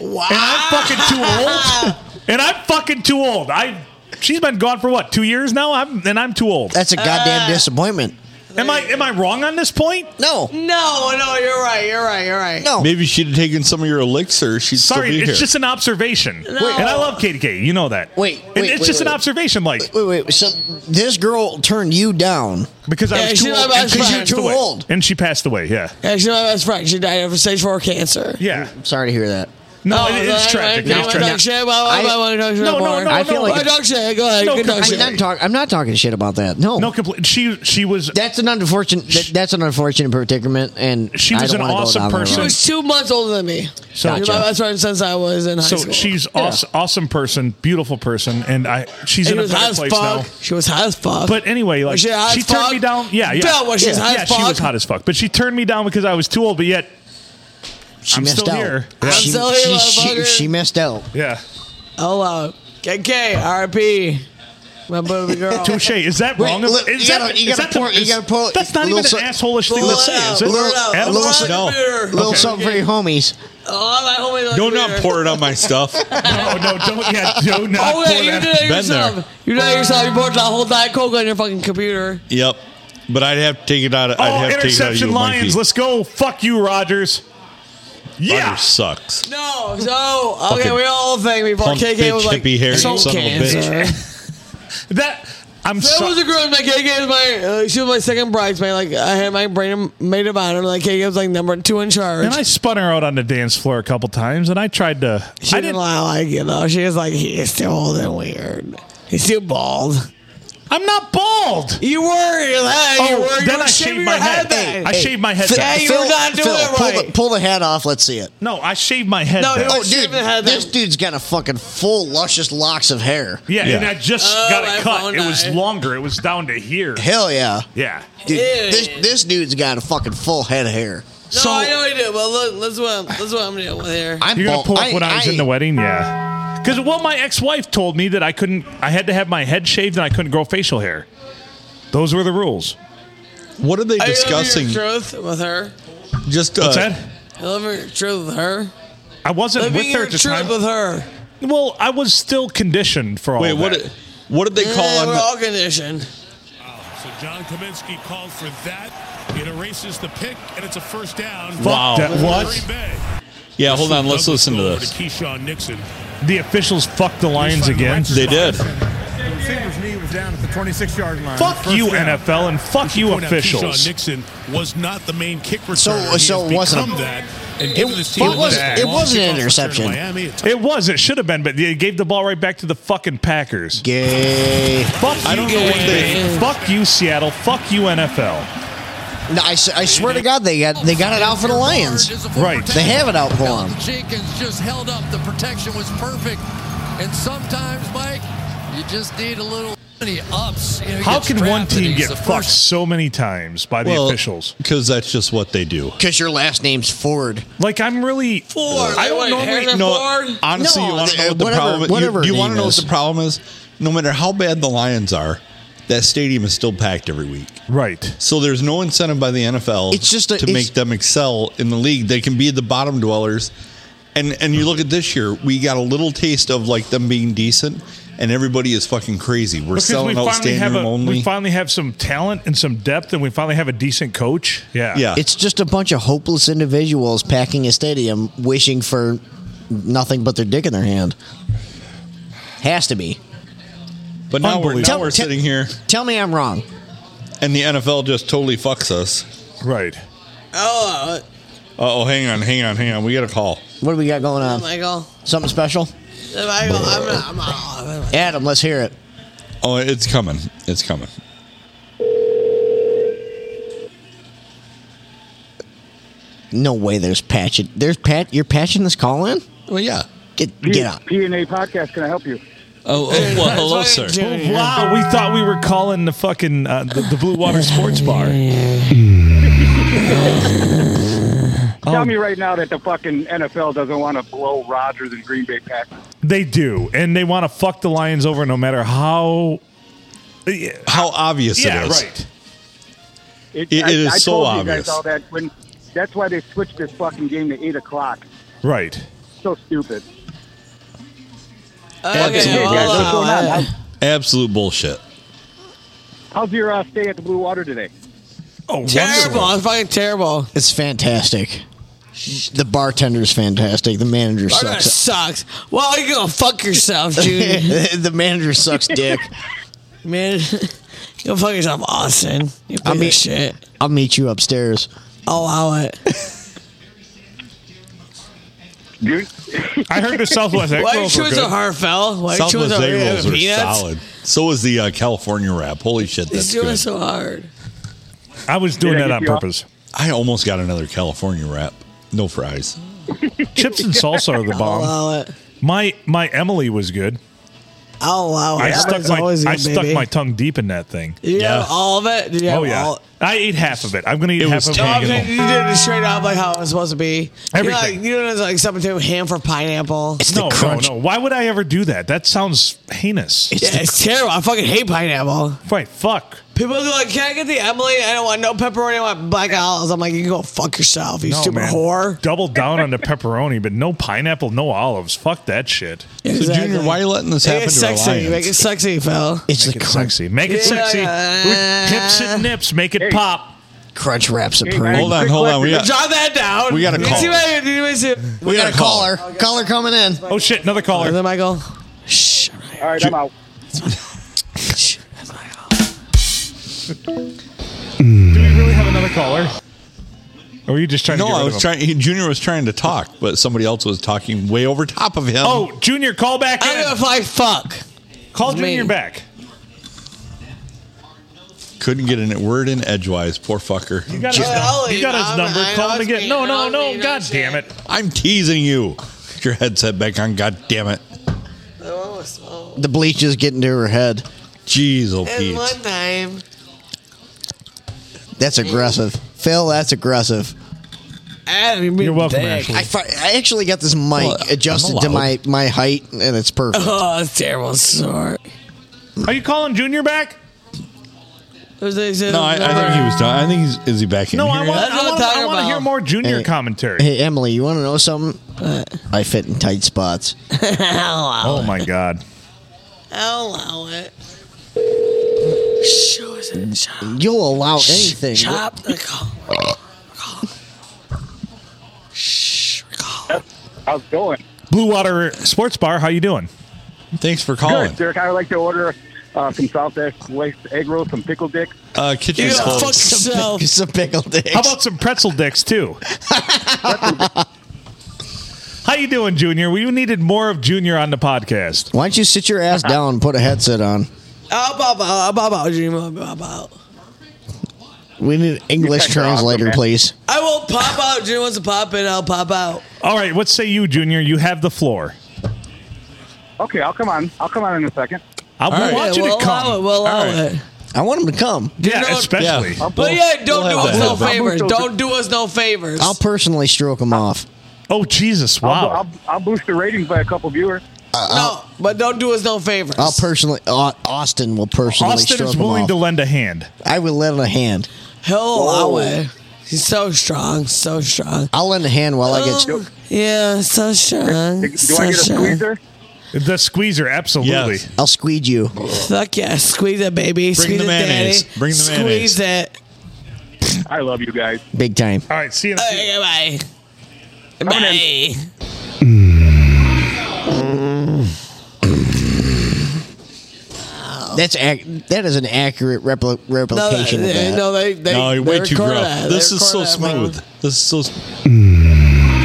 Wow. And I'm fucking too old. and I'm fucking too old. I. She's been gone for what two years now? I'm and I'm too old. That's a Ah. goddamn disappointment. Am I am I wrong on this point? No, No, no, you're right. You're right. You're right. no. Maybe she'd have taken some of your elixir. She'd Oh. Sorry, still be it's here. just an observation. And I love KDK. You know that. Wait, And wait, it's wait, just wait. an observation, like Wait, wait. So this girl turned you down. because Yeah, I was she's too my old. best and she friend. passed You're too away. old. And she passed away. Yeah. Yeah, she's my best friend. She died of stage four cancer. Yeah. Sorry to hear that. No, Oh, it is tragic. It No, is I tragic. talk shit. Well, I I- want to talk shit. No, no, more. no, I feel no. like- I talk shit. Go ahead. No, you can talk I'm I'm shit. not talking. I'm not talking shit about that. No, no, complete. She she was That's an unfortunate. That, that's an unfortunate predicament, and She I was don't an wanna go awesome down that person. She road. was two months older than me. So- She's my best friend since I was in high so school. she's awesome, awesome person, beautiful person, and I she's She in a was hot better as place fuck. now. She was hot as fuck. But anyway, like Was she, she hot as turned fuck? me down. Yeah, yeah. Yeah, was she yeah, hot as yeah, she was fuck? hot as fuck. But she turned me down because I was too old. But yet, She I'm missed still out. here. I'm She, still here, she- she- motherfucker. she missed out. yeah. oh, uh, KK, RP, my baby girl. Touche. Is that wrong? look, is you that, gotta- you is gotta that the- pour- you is- gotta pour- That's not little even an so- asshing Pull thing to it say, out, is it? pull it out. Adam, Pull it what's out the- No. of the beer. Little something for your homies. All my homies like Don't the not beer. pour it on my stuff. No, Oh, no, don't. Yeah, do not. Oh pour yeah, you that- did it Been yourself. there. You did it yourself. You poured the whole diet coke on your fucking computer. yep. But I'd have to take it out. Of, I'd Oh, have to take it out of you, interception, Lions. Mikey. Let's go. Fuck you, Rogers. Yeah. Butter sucks. No, so okay, Fucking we all think before pump KK bitch, was like hippie hair, "Throat son of a cancer." That I'm That was so, a girl. My KK was my uh, she was my second bridesmaid. Like I had my brain made of honor. Like KK was like number two in charge. and I spun her out on the dance floor a couple times, and I tried to. she I didn't, didn't. like you know. She was like he's too old and weird. He's too bald. I'm not bald. You were. You, hey, you were. you Oh, then were I shaving shaved your my head. then. I shaved my head. Phil- back. you Phil- were not doing Phil, it Pull right. the, pull the hat off. Let's see it. No, I shaved my head. No, he back. was- Oh, Shave dude, the head this then. dude's got a fucking full luscious locks of hair. yeah, Yeah. and I just Oh, got it I cut. found It was out. longer. It was down to here. Hell yeah, Yeah. Ew. dude. This this dude's got a fucking full head of hair. No, I know he did. But look, this is what I'm, this is what I'm dealing with here. I'm You're gonna bald. pull up when I was in the I- wedding, yeah. Because well, my ex-wife told me that I couldn't. I had to have my head shaved and I couldn't grow facial hair. Those were the rules. What are they Are you living discussing? your truth with her. Just uh, What's that? You living your truth with her. I wasn't Living with her your at the truth time. with her. well, I was still conditioned for all Wait, what? that. What did they call Yeah, on? we're the- all conditioned. So John Kaminsky called for that. It erases the pick, and it's a first down. Wow. That Green what? Bay. yeah, hold on. Let's Douglas listen to over this. Keyshawn Nixon. The officials fucked the He's Lions finding the again. right They did. spot. Fingers me was third down at the 26 yard line. Fuck First you, down. NFL, and fuck you, Point out, Keyshawn officials. Nixon was not the main kick returner. So- He so has it wasn't a- become that. And given It- this team it wasn't- that it long wasn't an kickoff return to interception. Miami, a touchdown. It was. It should have been, but they gave the ball right back to the fucking Packers. Gay. Fuck you, I don't know what they- Fuck you, Seattle. Fuck you, NFL. No, I, s- I swear to God, they got they got it out for the Lions. Right. They have it out for them. Jenkins just held up. The protection was perfect. And sometimes, Mike, you just need a little many ups. You know, he How gets can one drafted. team He's get the fucked first so many times by the officials? Because that's just what they do. Because your last name's Ford. Like I'm really Ford. I don't Wait, normally Harrison No, Ford? honestly, No, you want to uh, know what the whatever- problem you- whatever You, it want to know what is. the problem is? No matter how bad the Lions are, that stadium is still packed every week. right. So there's no incentive by the NFL It's just a- to it's- make them excel in the league. They can be the bottom dwellers. And and you look at this year, we got a little taste of like them being decent, and everybody is fucking crazy. We're Because we selling out finally standing have room a, only. we finally have some talent and some depth, and we finally have a decent coach. Yeah, yeah, It's just a bunch of hopeless individuals packing a stadium, wishing for nothing but their dick in their hand. Has to be. but now we're, now Tell- we're tell- sitting here, Tell me I'm wrong. and the NFL just totally fucks us. right. Oh, Uh oh, hang on, hang on, hang on. We got a call. What do we got going uh, on? Michael. Something special? Michael, I'm not. I'm not. Adam, let's hear it. Oh, it's coming. It's coming. No way. There's patching. There's pat. You're patching this call in. Well, yeah. Get get out. PNA podcast. Can I help you? Oh, oh well, hello, sir. Wow, we thought we were calling the fucking uh, the, the Blue Water Sports Bar. Um, Tell me right now that the fucking NFL doesn't want to blow Rodgers and Green Bay Packers. They do, and they want to fuck the Lions over no matter how. Yeah, How obvious yeah, it is. right. It- it is so told You obvious. guys all that when, that's why they switched this fucking game to eight o'clock. Right. So stupid. Absolute, Okay, bullshit. well, What's going on? How's, Absolute bullshit. how's your uh, stay at the Blue Water today? Oh, Terrible. wonderful. It's fucking terrible. It's fantastic. The bartender's fantastic. The manager That sucks. sucks. Well, you're gonna fuck yourself, dude. the manager sucks dick. Man, go fuck yourself, Austin. You piece I mean- of shit. I'll meet you upstairs. I'll allow it. Dude, I heard the Southwest Why Expos you were choose a good. Harfell? Why you choose Southwest a egg rolls are peanuts? solid. So is the uh, California wrap. Holy shit, He's that's doing good. so hard. I was doing Did I that get on you off? purpose. I almost got another California wrap. No fries. Chips and salsa are the I'll bomb. allow it. My my Emily was good. I'll allow it. I stuck Everything's my always I good, stuck baby. my tongue deep in that thing. Did you Yeah. have all of it? Did you have Oh yeah, all? I ate half of it. I'm gonna eat It half was of it. No, when I I'm get saying home. you did it straight up like how it was supposed to be. You Everything. know, like, you know it's like something to ham for pineapple. It's No, the no, crunch. no. Why would I ever do that? That sounds heinous. It's Yeah, the it's terrible. I fucking hate pineapple. Right? Fuck. People are like, "Can I get the Emily? I don't want no pepperoni. I want black olives." I'm like, "You can go fuck yourself, you No, stupid man. whore." Double down on the pepperoni, but no pineapple, no olives. Fuck that shit. So, Junior, why are you letting this Make happen it to the sexy. Lions? Make it sexy, Phil. it's the Make it crunch. sexy. Make it Yeah. sexy. With Hips and nips. Make it pop. Crunch wrap supreme. man. Hold on, hold on. We got, Jot that down. We got a Did you call. see what I- did you see- we got a caller. Caller coming in. Oh shit! Another Is caller. it Michael? Shh. I'm right. all right, I'm out. Shh. That's Michael. Do we really have another caller? Or were you just trying No, to? get rid I of was him? trying. he- Junior was trying to talk, but somebody else was talking way over top of him. Oh, Junior, call back. I'm gonna In. fly fuck. Call me. Junior back. couldn't get a word in edgewise. Poor fucker. You got his, Well, num- you got his I'm- number. I Call know him it's again. me. No, no, No, it's no. me. No God shit. damn it. I'm teasing you. Put your headset back on. God damn it. Oh, The bleach is getting to her head. Jeez, oh And Pete. one time, That's aggressive. Phil, that's aggressive. Adam, you You're welcome, Dick. Ashley. I, fi- I actually got this mic Well, I'm adjusted to my, allowed. my height, and it's perfect. Uh-huh. Oh, that's terrible. Sorry. Are you calling Junior back? No, I, No, I, I think he was done. I think he's is he back in No, here? I yet? want. That's what I'm I talking want to about. hear more Junior Hey. commentary. Hey, Emily, you want to know something? I fit in tight spots. Oh my god. I'll allow it. Show us a chop. You'll allow Oh, anything. Chop the call. Call. Shh. Call. How's it going? Blue Water Sports Bar, how you doing? Thanks for calling. Good, Dirk. I would like to order uh, some South West egg rolls, some pickle dicks. Uh, You kitchen's gotta closed. fuck yourself. Some pickle dicks. How about some pretzel dicks too? How you doing, Junior? We needed more of Junior on the podcast. Why don't you sit your ass down and put a headset on? Up, up, up, up, up, Jim, up, up, up. We need an English guys are awesome, translator, man. please. I will pop out. Jim wants to pop in. I'll pop out. All right, what say you, Junior? You have the floor. Okay, I'll come on. I'll come on in a second. I we right. want Yeah, you we'll to come. allow it. We'll uh, allow it. I want him to come. Yeah, You know- especially. Yeah. But yeah, don't we'll have do us that. no I'll boot favors. those- Don't do us no favors. I'll personally stroke him off. Oh Jesus! Wow. I'll, I'll, I'll boost the ratings by a couple viewers. no, but don't do us no favors. I'll personally. Au- Austin will personally Austin stroke is him willing off. to lend a hand. I will lend a hand. He'll allow it. He's so strong, so strong. I'll lend a hand while I get. Um, yeah, so strong. Do I so get a strong. squeezer? The squeezer, absolutely. Yes. I'll squeeze you. Fuck yeah, squeeze it, baby. squeeze the it, mayonnaise. Daddy. Bring the squeeze mayonnaise. it. I love you guys. Big time. All right, see you. In a few- Okay, bye. Bye. That's ac- that is an accurate repli- replication no, of they, that. no, they, they, No, they you're way too record gruff. that. They This is so record that, bro. smooth. This is so. s-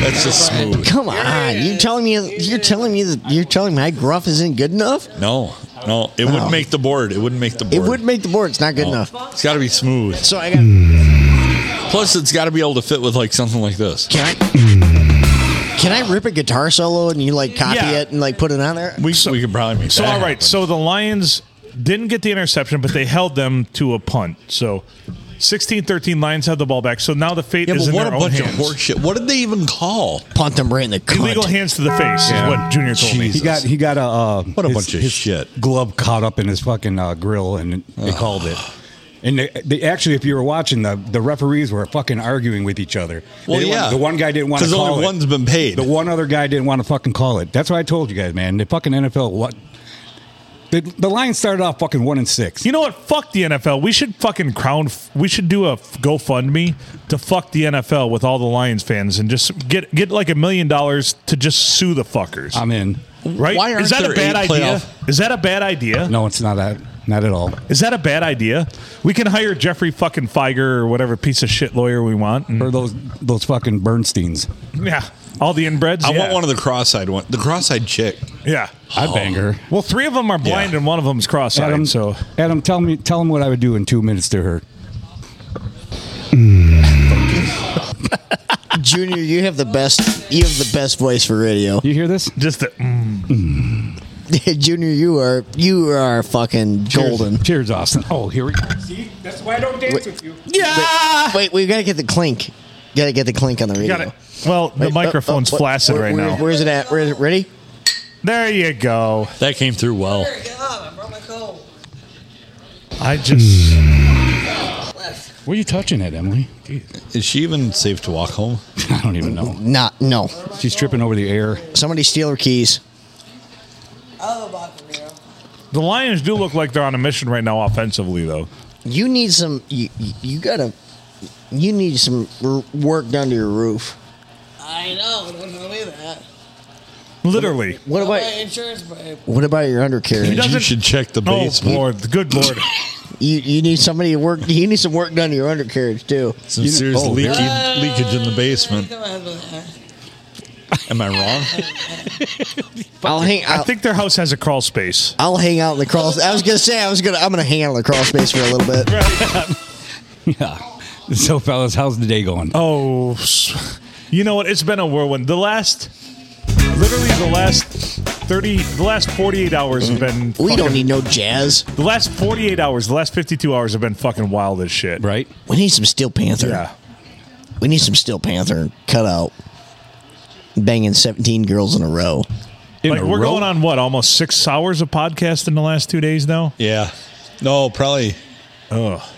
That's just smooth. Come on, you telling me you're telling me that you're telling me my gruff isn't good enough? No, no, it wouldn't make the board. It wouldn't make the It board. would make the board. It's Oh. not good enough. It's got to be smooth. So I got. Plus, it's got to be able to fit with like something like this. Can I? Can I rip a guitar solo and you like copy Yeah. it and like put it on there? We we could probably make So that all right, happen. so the Lions didn't get the interception, but they held them to a punt. So 16-13 Lions have the ball back. So now the fate yeah, is but in what a their own bunch hands. of horseshit. What did they even call? Punt them right in the Illegal cunt. hands to the face Yeah. is what Junior told Jesus. He got he got a uh, What a bunch of shit. glove caught up in his fucking uh, grill, and they called it. And they, they actually, if you were watching, the the referees were fucking arguing with each other. They Well, didn't yeah, want- the one guy didn't want to because call only it. one's been paid. The one other guy didn't want to fucking call it. That's why I told you guys, man. The fucking NFL. What the the Lions started off fucking one and six. You know what? Fuck the NFL. We should fucking crown. We should do a f- GoFundMe to fuck the NFL with all the Lions fans and just get get like a million dollars to just sue the fuckers. I'm in. right? Um, why aren't Is that there a bad eight idea? playoff- Is that a bad idea? No, it's not that. Not at all. Is that a bad idea? We can hire Jeffrey fucking Feiger or whatever piece of shit lawyer we want. And, Or those those fucking Bernsteins. yeah, all the inbreds. I want one of the cross-eyed one. The cross-eyed chick. Yeah. I'd bang her. Well, three of them are blind Yeah. and one of them's cross-eyed. Adam, so Adam, tell me, tell him what I would do in two minutes to her. Junior, you have the best. You have the best voice for radio. You hear this? just the, mm, Junior, you are you are fucking golden. Cheers, Austin. Oh, here we go. See, that's why I don't dance with you. yeah. Wait, we gotta get the clink. Gotta get the clink on the radio. Got it. Well, the Wait, microphone's oh, oh, what- flaccid where- right where- now. Where's it at? Where is it? Ready? There you go. That came through well. Here, get on. I brought my coat. I just What are you touching at, Emily? Is she even safe to walk home? I don't even know. Not. No. She's tripping over the air. Somebody steal her keys. I love Bacamero. the Lions do look like they're on a mission right now offensively though. You need some. You, you you gotta. You need some r- work done to your roof. I know. Don't tell me that. Literally. What What about about insurance break? what about your He undercarriage? doesn't- You should check the Oh basement. lord, good lord. You you need somebody to work. You need some work done to your undercarriage too. Some serious oh, leaky, leakage in the basement. Come on, come Am I wrong? I'll hang. I I'll, think their house has a crawl space. I'll hang out in the crawl. I was gonna say I was gonna. I'm gonna hang out in the crawl space for a little bit. Yeah. So, fellas, how's the day going? Oh, s- you know what? It's been a whirlwind. The last, literally the last thirty, the last forty-eight hours have been. We don't fucking- need no jazz. The last forty-eight hours, the last fifty-two hours have been fucking wild as shit. Right? We need some Steel Panther. Yeah. We need some Steel Panther cutout. Banging 17 girls in a row. In Like a we're row? going on what? Almost six hours of podcast in the last two days now. yeah. No, probably.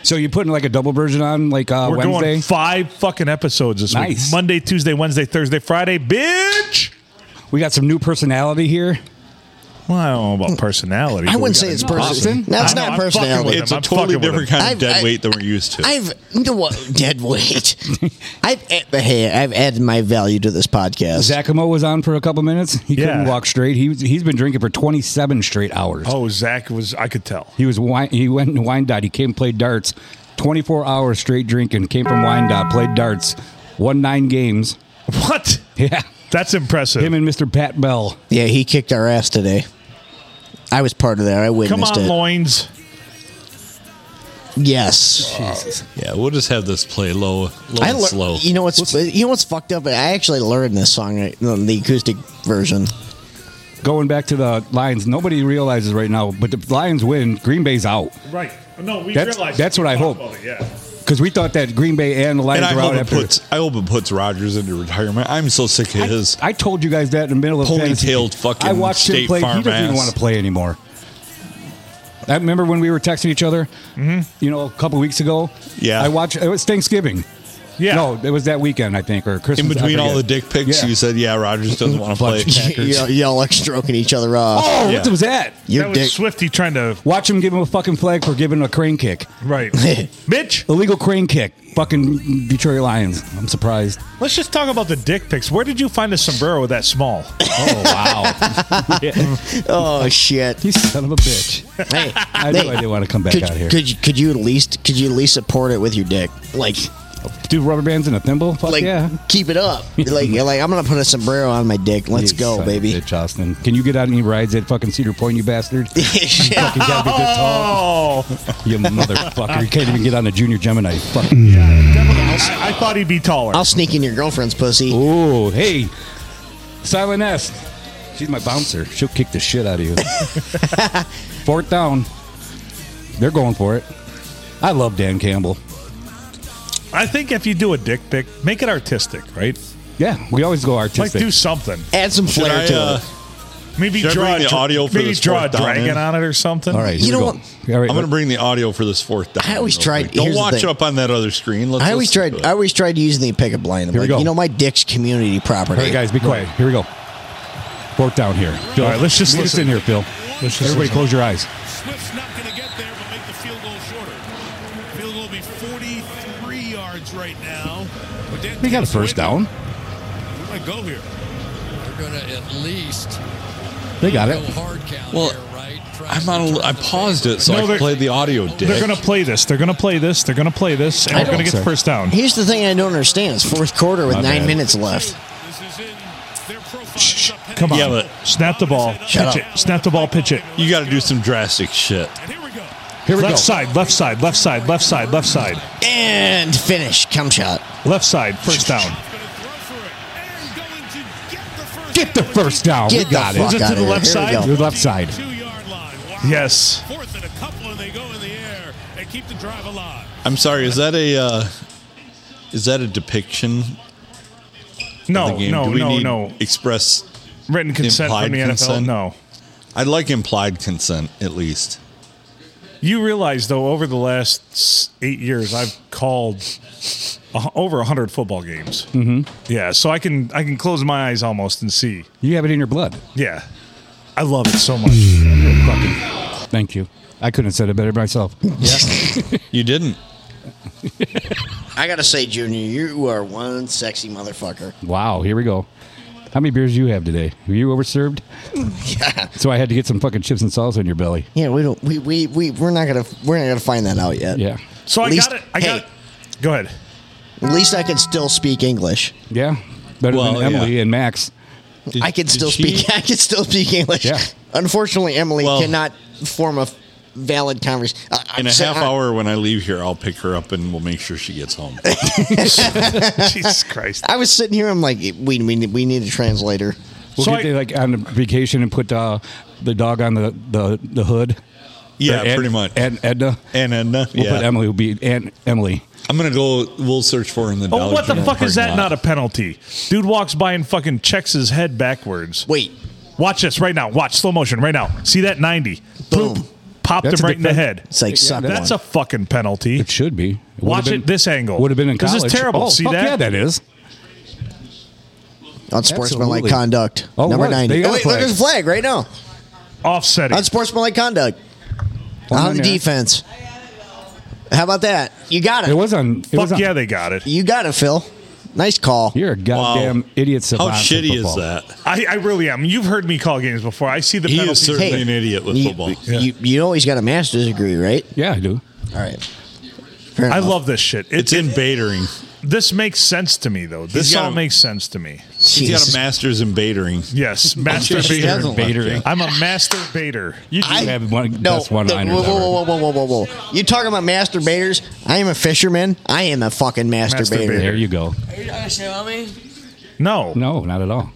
So you're putting like a double version on like uh, We're Wednesday? going five fucking episodes this Nice. week. Monday, Tuesday, Wednesday, Thursday, Friday. Bitch. we got some new personality here. Well, I don't know about personality. I but we wouldn't got- say it's personal. That's I know, I'm not fucking with personality. him. It's a I'm totally fucking with different him. kind of I've- dead I- weight than we're used to. I've no what dead weight. I've a- hey, I've added my value to this podcast. Zachamo was on for a couple minutes. He couldn't Yeah. walk straight. He was, he's been drinking for 27 straight hours. Oh, Zach was. I could tell. He was wine, he went and wine dot. He came and played darts. 24 hours straight drinking. Came from wine dot. Played darts. Won nine games. What? Yeah. That's impressive. Him and Mr. Pat Bell. Yeah, he kicked our ass today. I was part of that. I Come witnessed on, it. loins. Yes, yeah, we'll just have this play low, low I and lear- slow. You know what's you know what's fucked up? I actually learned this song, uh, the acoustic version. Going back to the Lions, nobody realizes right now, but the Lions win. Green Bay's out. Right. Oh, No, we That's- realized that's we what I talked hope. about yeah. Because we thought that Green Bay and the and Lions I were out hope it after. puts I hope it puts Rogers into retirement. I'm so sick of his. I told you guys that in the middle of fantasy. Ponytailed fucking I watched State him play. Farm he doesn't even ass. want to play anymore. I remember when we were texting each other, you know, a couple weeks ago. Yeah. I watched. It was Thanksgiving. Yeah. No, it was that weekend, I think, or Christmas. in I between all the dick forget. pics, Yeah. you said, "Yeah, Rogers doesn't want to play." Y'all, y'all like stroking each other off. Oh, what Yeah. was that? Your that was dick. Swifty trying to Watch him give him a fucking flag for giving him a crane kick. right. Bitch, Illegal crane kick. Fucking Detroit Lions. I'm surprised. let's just talk about the dick pics. Where did you find a sombrero that small? Oh, wow. Oh shit! You son of a bitch. Hey, I knew I didn't want to come back could, out here. Could you, could you at least could you at least support it with your dick? Like Do rubber bands and a thimble? Fuck like yeah. keep it up. like like I'm gonna put a sombrero on my dick. Let's You son go, of a baby. Bitch, Austin. Can you get out any rides at fucking Cedar Point, you bastard? You fucking gotta be this tall. Oh, You motherfucker. You can't even get on a junior Gemini. you Fucking. I, I thought he'd be taller. I'll sneak in your girlfriend's pussy. Ooh, hey. Silent S. She's my bouncer. She'll kick the shit out of you. Fourth down. They're going for it. I love Dan Campbell. I think if you do a dick pic, make it artistic, right? Yeah, we always go Like artistic. do something. Add some Should flair I, to uh, it. Maybe Should I draw bring the a, dra- audio for maybe this draw a fourth down dragon in? on it or something. All right, You here know we go. what? All right, I'm going let- to bring the audio for this fourth down. I always real tried- quick. Don't here's the watch thing. up on that other screen. Let's I always listen to tried. it. I always tried to use the pickup line. I'm Here we like, go. you know, my dick's community property. All right, guys, be quiet. Here we go. Fourth down here. Phil, All right, let's just lead us listen. in here, Phil. Let's just Everybody, listen. close your eyes. Swift's not going to get there, but make the field goal shorter. Field goal will be 43 yards right now. But Dan We got a first down. We might go here. They're going to at least They got go it. hard count Well, here, right? Try I'm to on. A, turn I the paused ball. it so No, I could they're- play the audio. Dick. They're gonna play this. They're gonna play this. They're gonna play this, and we're gonna get the so. first down. Here's the thing I don't understand. It's fourth quarter with My nine bad. minutes left. This is in their profile. It's a penalty. Come on, Yeah, but- snap the ball, Shut pitch up. it, snap the ball, pitch it. you got to do some drastic shit. And here we go. Here we left go. side, left side, left side, left side, left side, And finish. Come shot. left side. First down. Gonna throw for it. And going to get the first Get the down. first down. Get we got the it. fuck Was it out to of the here. left Here we side? go. Your left side. Two-yard line. Wow. Yes. Fourth and a couple, and they go in the air and keep the drive alive. I'm sorry. Is that a? Uh, is that a depiction? of No, the game? no, do we no, need no. Express. Written consent implied from the consent? NFL. No. I'd like implied consent at least. You realize though, over the last s- eight years, I've called a hu- over hundred football games. Mm-hmm. Yeah, so I can I can close my eyes almost and see. You have it in your blood. Yeah, I love it so much. Thank you. I couldn't have said it better myself. You didn't. I gotta say, Junior, you are one sexy motherfucker. Wow, here we go. How many beers do you have today? Were you overserved? Yeah. So I had to get some fucking chips and salsa in your belly. Yeah, we don't we, we, we we're not gonna we're not gonna find that out yet. Yeah. So I At least- got it. I got. hey. it. Go ahead. At least I can still speak English. Yeah. Better Well, than Emily yeah. and Max. Did- I can did still she- speak I can still speak English. Yeah. Unfortunately, Emily Well- cannot form a f- valid uh, conversation. In a half hour when I leave here, I'll pick her up and we'll make sure she gets home. Jesus Christ. I was sitting here. I'm like, we we need, we need a translator. We'll So get I- there, like on vacation and put uh, the dog on the, the, the hood. yeah, Ed- pretty much. Ed, Edna. and then uh, We'll yeah. put Emily. Will be Aunt Emily. I'm gonna go. We'll search for her in the. Oh, Dollar what the General fuck is that? parking lot. Not a penalty. Dude walks by and fucking checks his head backwards. Wait, Watch this right now. Watch slow motion right now. See that 90. Boom. Boom. Popped That's him a right in the defen- head. it's like suck That's a one. fucking penalty. It should be. It Watch would've it this angle. Would have been in This college. is terrible. Oh, See fuck that? Yeah, that is. on sportsmanlike Absolutely. conduct. Oh, number what? They ninety. got Oh a wait, flag. look at the flag right now. Offsetting. Unsportsmanlike conduct Well, on the yeah. defense. How about that? You got It it. was on. It was Fuck on- yeah, they got it. You got it, Phil. Nice call. You're a goddamn idiot. How savant for shitty is football. that? I, I really am. You've heard me call games before. I see the He is penalties. certainly Hey. an idiot with You, football. you, you know he's got a master's degree, right? Yeah, I do. All right. Fair I enough. love this shit. It, It's in Badering. this makes sense to me though. This got all a- makes sense to me. He's got Jesus. a master's in Badering. Yes, master just baiter. doesn't- Baitering. I'm a master baiter. You do I- have one. best one the- liners whoa, ever. whoa, whoa, whoa, whoa, whoa, whoa! You talking about masturbators? I am a fisherman. I am a fucking masturbator. Masturbator. There you go. Are you trying to shit on me? No. No, not at all.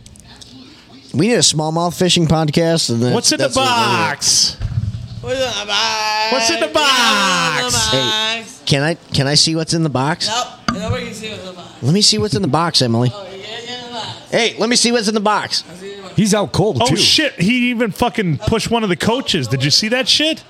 We need a smallmouth fishing podcast. And then What's in the that's what we're gonna box? What's in the box? What's in the box? What's in the box? do. Can I can I see what's in the box? Nope. Nobody can see what's in the box. Let me see what's in the box, Emily. Oh, yeah, yeah, in the box. Hey, let me see what's in the box. I see it in the box. He's out cold Oh too. shit! He even fucking pushed one of the coaches. Did you see that shit?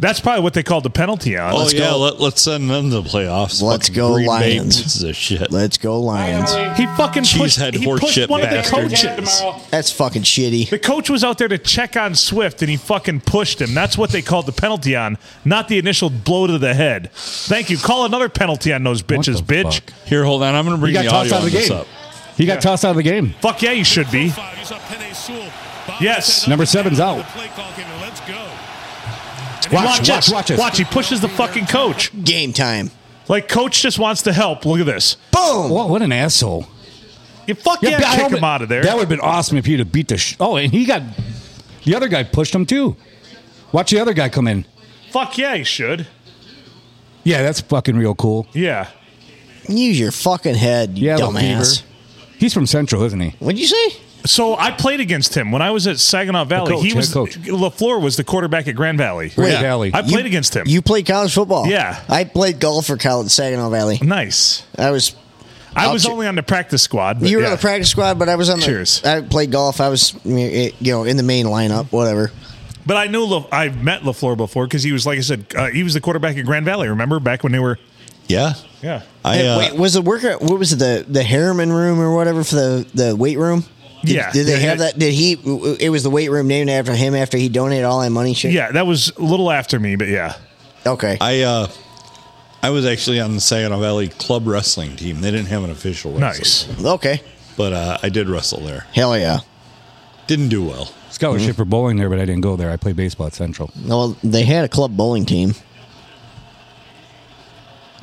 That's probably what they called the penalty on. Oh Let's yeah, go. let, let's send them to the playoffs. Let's Fucking go Green Bay Lions. pieces of shit. Let's go Lions. He fucking pushed, Cheesehead he horse pushed shit one of bastard. the coaches. That's fucking shitty. The coach was out there to check on Swift, and he fucking pushed him. That's what they called the penalty on, not the initial blow to the head. Thank you. Call another penalty on those bitches, the bitch. fuck? Here, hold on. I'm going to bring He got the tossed audio out on of the this game. up. He got tossed out of the game. Fuck yeah, you should be. Five, you saw Penei Sewell. Bob Yes. set up Number the seven's tackle, out. the play call came in. Let's go. Watch, Watch, watch, this. watch this. Watch, he pushes the fucking coach. Game time. Like, coach just wants to help. Look at this. Boom. What, what an asshole. You fucking but I kick hope him it- out of there. That would have been awesome if you'd have beat the. Sh- oh, and he got the other guy pushed him too. Watch the other guy come in. Fuck yeah, he should. Yeah, that's fucking real cool. Yeah. Use your fucking head, you Yeah, the dumbass. beaver. He's from Central, isn't he? What'd you say? So I played against him when I was at Saginaw Valley. coach, he head was coach. Lafleur was the quarterback at Grand Valley. Grand Yeah. Valley. I played You- against him. You played college football. Yeah. I played golf for college Saginaw Valley. nice. I was I I'll was ch- only on the practice squad. but You were on yeah. the practice squad, but I was on the. Cheers. I played golf. I was, you know, in the main lineup. Whatever. But I knew La- I met Lafleur before because he was, like I said, uh, he was the quarterback at Grand Valley. Remember back when they were, Yeah. yeah, I, uh, Wait, was the worker? What was it? The the Harriman room or whatever for the the weight room? Did, Yeah. Did they Yeah, have yeah. that? Did he? It was the weight room named after him after he donated all that money. Shit. yeah. That was a little after me, but yeah. Okay. I uh, I was actually on the Saginaw Valley Club wrestling team. They didn't have an official wrestling, Nice. okay. but uh, I did wrestle there. Hell yeah. Didn't do well. Scholarship Mm-hmm. for bowling there, but I didn't go there. I played baseball at Central. Well, they had a club bowling team,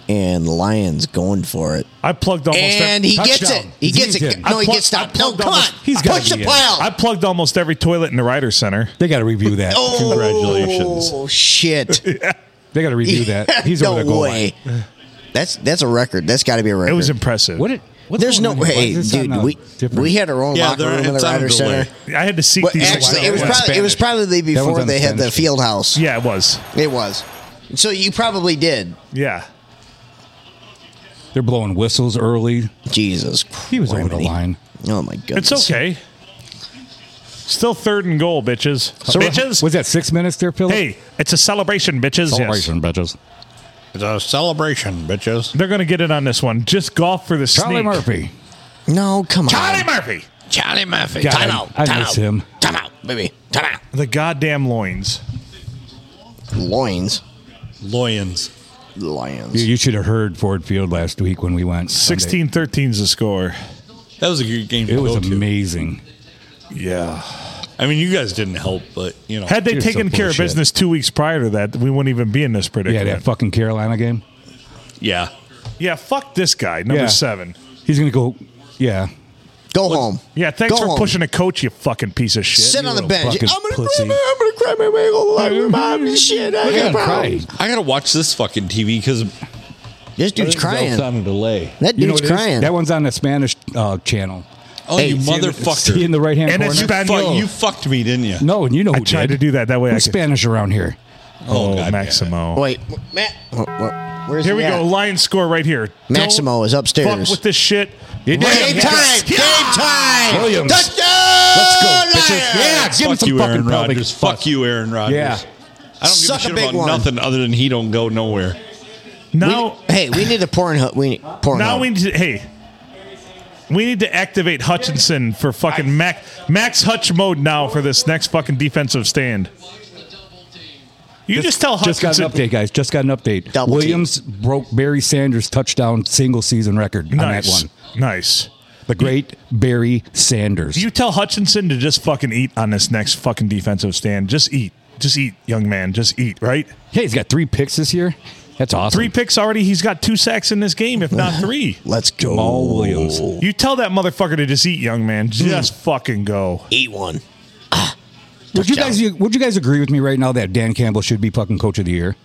and the Lions going for it. I plugged almost. And every, he gets it. touchdown. He gets it. Zeke did. No, I he plugged- gets I stopped. No, plugged come on. almost- he's gotta Push be the in. pile. I plugged almost every toilet in the Ryder Center. They got to review that. Congratulations. Oh shit! They got to review that. He's no over the goal line. way. That's that's a record. That's got to be a record. It was impressive. What? Did, what's There's no going on here? Why way, is this dude. on a We different- we had our own Yeah, locker they're- room in it's the on Ryder delay. Center. I had to seek But these. actually, it was Yeah, probably it was Spanish. probably That one's before on they had the Spanish. field house. yeah, it was. It was. So you probably did. Yeah. They're blowing whistles early. Jesus, Christ. He was over the line. Oh my goodness. It's okay. Still third and goal, bitches. So bitches. Was that six minutes there, Philip? hey, it's a celebration, bitches. Yes. Celebration, bitches. It's a celebration, bitches. They're going to get it on this one. Just golf for the Charlie sneak. Murphy. No, come on. Charlie Murphy. Charlie Murphy. God, Time out. I Time miss out. him. Time out, baby. Time out. The goddamn loins. Loins. Loyans. You, Lions. you should have heard Ford Field last week when we went. Sunday. 16 13's the score. That was a good game. It to was go to. amazing. Yeah. I mean, you guys didn't help, but you know, Had they You're so taken full care of of shit. business two weeks prior to that, we wouldn't even be in this Yeah, predicament. that fucking Carolina game. yeah. Yeah, fuck this guy, number Yeah. seven. He's gonna go. Yeah, Go home. Yeah, thanks Go for home. pushing a coach, you fucking piece of shit. Sit You on the little bench. I'm fucking gonna pussy. cry my I'm gonna cry my way all the way. Mom, shit. I Look at got him a problem. cry. I gotta watch this fucking TV because This dude's crying. on a delay. That You know dude's what it is? crying. That one's on the Spanish uh, channel. Oh, Hey, you see See in the- See in motherfucker! the right hand And it's corner. back- Fuck, you fucked me, didn't you? no, and you know I who tried to did. do that. That way I Who's could. Spanish around here? God Oh, damn Maximo. Wait, Matt. wh- wh- Where's Here he we at? go. Lions score right here. Maximo Don't is upstairs. Fuck with this shit. Game time! Game time! Williams. Touchdown! Let's go, Lions! bitches. Yeah, give him Fuck some you, fucking Aaron pelvic Rodgers. fuck. Fuck you, Aaron Rodgers. Yeah. I don't Suck a give a shit big about one. nothing other than he don't go nowhere. Now, Oh, hey, we need a porn hut. We need porn now we need. to- Hey, We need to activate Hutchinson for fucking Mac, Max Hutch mode now for this next fucking defensive stand. You just, tell Just got an Hutchinson. update, guys. Just got an update. Double Williams broke Barry Sanders' touchdown single season record on that nice, one. nice. The great Barry Sanders. You tell Hutchinson to just fucking eat on this next fucking defensive stand. Just eat, just eat, young man. Just eat, right? hey, he's got three picks this year. That's awesome. Three picks already. He's got two sacks in this game, if not three. Let's go. Jamal Williams. You tell that motherfucker to just eat, young man. Just Hmm. fucking go. Eat one. Would you guys would you guys agree with me right now that Dan Campbell should be fucking coach of the year?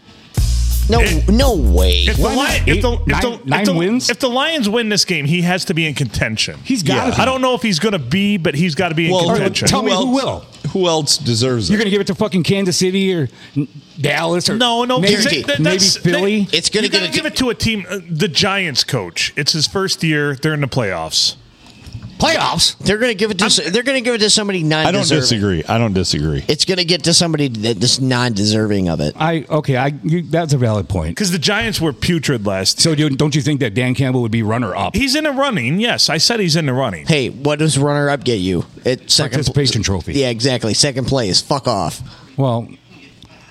No, no way. If the, Why not? Lion, Eight- if, the, if, nine- the, if nine the- wins? if the Lions win this game, he has to be in contention. He's gotta be. I don't know if he's going to be, but he's got to be in Well, contention. tell me who will. Who else deserves You're it? gonna give it to fucking Kansas City or Dallas or no, no, maybe, because Guaranteed. that- maybe that's- Philly. that- It's gonna you gotta get a- give it to a team. uh, the Giants coach. It's his first year. They're in the playoffs. playoffs. They're gonna give it to. they're gonna give it to somebody non. I don't disagree. I don't disagree. It's gonna get to somebody that just non-deserving of it. I okay. I you, that's a valid point. Because the Giants were putrid last. So do, don't you think that Dan Campbell would be runner up? He's in the running. Yes, I said he's in the running. Hey, what does runner-up get you? It second pl- Participation trophy. Yeah, exactly. Second place. Fuck off. Well,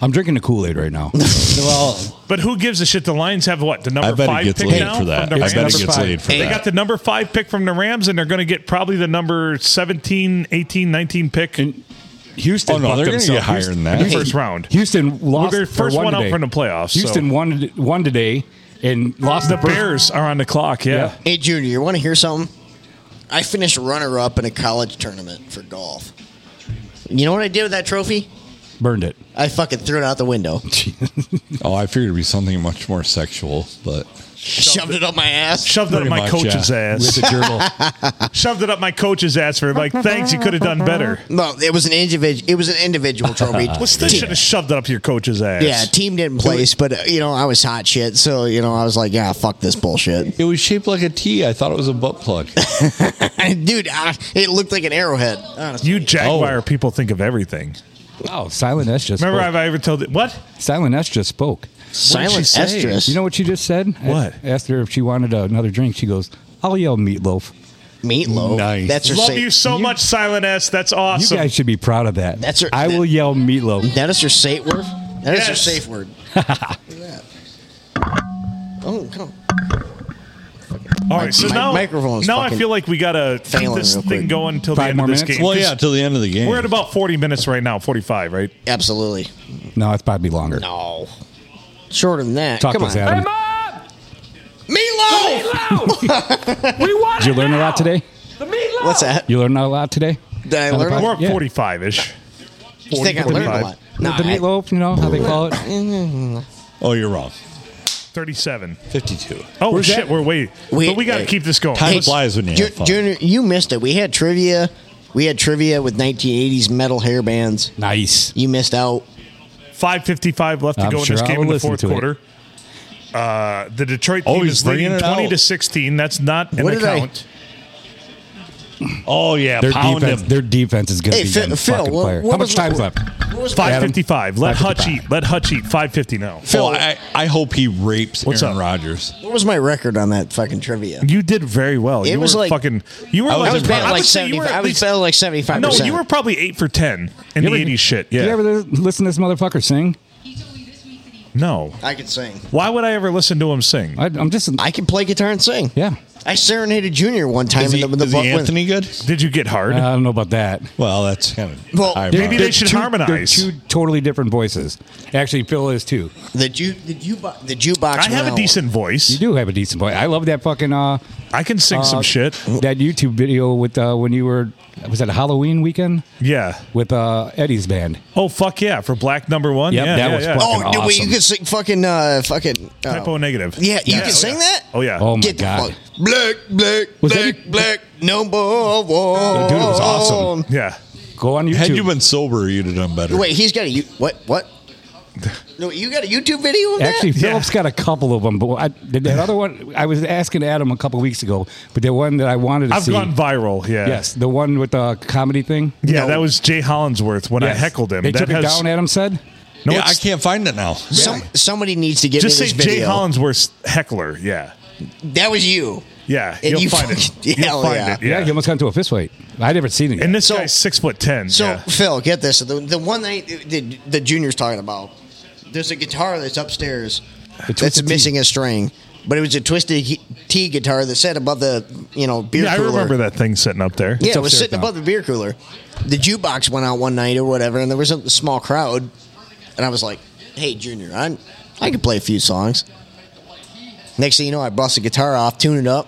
I'm drinking the Kool Aid right now. well, But who gives a shit? The Lions have what? The number I bet five it gets pick laid now for that. from I the bet Rams? it gets five. laid for Hey, They got that. the number five pick from the Rams, and they're going to get probably the number 17, 18, 19 pick in Houston. Oh, no, fucked they're gonna themselves. get higher Houston- than that. the Hey, first round. Houston lost they're or first won one today. up from the playoffs, so- Houston won won today and lost The the first- Bears are on the clock, yeah. Yeah. Hey, Junior, you want to hear something? I finished runner-up in a college tournament for golf. You know what I did with that trophy? Burned it. I fucking threw it out the window, Oh, I figured it'd be something much more sexual, but shoved it up my ass. Shoved it up Pretty my much, coach's yeah. ass. With the gerbil. Shoved it up my coach's ass for like, thanks, you could have done better. No, it was an individual. It was an individual trophy. Well, still Team- should have shoved it up your coach's ass. yeah, team didn't place, but uh, you know I was hot shit, so you know I was like, yeah, fuck this bullshit, it was shaped like a T. I thought it was a butt plug. dude. I, it looked like an arrowhead. Honestly. You Jaguar people think of everything. Wow, Silent S just Remember, spoke. have I ever told you what? Silent S just spoke. Silent she say? estrus. You know what she just said? I What? asked her if she wanted another drink. She goes, "I'll yell meatloaf." meatloaf. Nice. That's her. Love sa- you so much, Silent S. That's You awesome. guys should be proud of that. That's her- I will yell meatloaf. That is her safe word. That is her Yes. safe word. oh, come. on. All right, so my now, microphone's now I fucking feel like we got to keep failing this real thing quick. going until the Five end more of this minutes? game. well, yeah, till the end of the game. We're at about 40 minutes right now, 45, right? Absolutely. No, it's probably longer. No. Shorter than that. Talk Come to us, on. Adam. Meatloaf! Did you learn a lot today? What's that? You learned a lot today. Did I On the learn a pod- We're at yeah. 45 ish. You think I learned a lot? No, the meatloaf, you know how they call it. oh, you're wrong. 37. 52. Oh, Where's shit, that? we're way. We- but we got to hey, keep this going. Time flies when you Ju- have fun. Junior, you missed it. We had trivia. We had trivia with 1980s metal hair bands. Nice. You missed out. 5:55 left to I'm go in sure this I game will in the listen fourth to it. quarter. Uh, the Detroit Oh, team he's is leading bringing it 20 to out. 16. That's not an What did I- account. Oh yeah, Their pound defense, him. their defense is going to Hey, be Phil- on Phil, fucking what- fire. what How was much the- time's left? 5:55. Let Hutch 5:55. eat. Let Hutch eat. 5:50 now. Phil, I, I hope he rapes What's Aaron up? Rodgers. What was my record on that fucking trivia? You did very well. It you was were like- fucking. You were I like, was bad, I would like say you 75 were at I was least- bad, like 75%. No, you were probably eight for ten in You the ever- '80s shit. You Yeah. ever li- listen to this motherfucker sing? no. I could sing. Why would I ever listen to him sing? I, I'm just, I can play guitar and sing. yeah. I serenaded Junior one time Is in he, the, in the is book he when- Anthony good? Did you get hard? I don't know about that. Well, that's kind of Well, high maybe bar. they should Two- harmonize. Uh, They're two totally different voices. Actually, Phil is too. the ju- the jukebox the jukebox. I have went a out. decent You voice. do have a decent voice. I love that fucking uh, I can sing some Uh, shit. that YouTube video with uh, when you were was that a Halloween weekend Yeah. with uh, Eddie's band. Oh fuck yeah! For Black Number One. Yep, yeah, that yeah, was yeah. fucking Oh, dude, wait, you awesome. could sing fucking uh fucking uh, Typo negative. Yeah, you oh, can sing yeah. that? Oh yeah. Oh my Get the god! fuck black, black, Was black, Eddie- black, no more. War. Dude, it was awesome. Yeah. Go on YouTube. Had you been sober, you'd have done better. Wait, he's got a you what what? No, you got a YouTube video of Actually, Yeah. Phillips got a couple of them, but I, that that other one I was asking Adam a couple weeks ago, but the one that I wanted to I've see. gone viral. Yeah. yes, the one with the comedy thing. Yeah, No. that was Jay Hollinsworth when I Yes. heckled him. They that took it down. Adam said. no, yeah, I it's- can't find it now. that? Some, somebody needs to get just me say this Jay video. Hollinsworth's heckler. Yeah. That was you. Yeah, And you'll you find fucking- it. You'll hell find yeah. it. Yeah, Yeah. he almost got into a fist fight. I never seen it. Yet. And this So- guy's six foot ten. So yeah. Phil, get this: the, the one that the, the junior's talking about. There's a guitar that's upstairs that's Twisted Tea. missing a string, but it was a twisted he- T guitar that sat above the you know beer yeah, I cooler. remember that thing sitting up there. Yeah, it was upstairs sitting now. above the beer cooler. The jukebox went out one night or whatever, and there was a small crowd, and I was like, "Hey, Junior, I I could play a few songs." Next thing you know, I bust the guitar off, tune it up,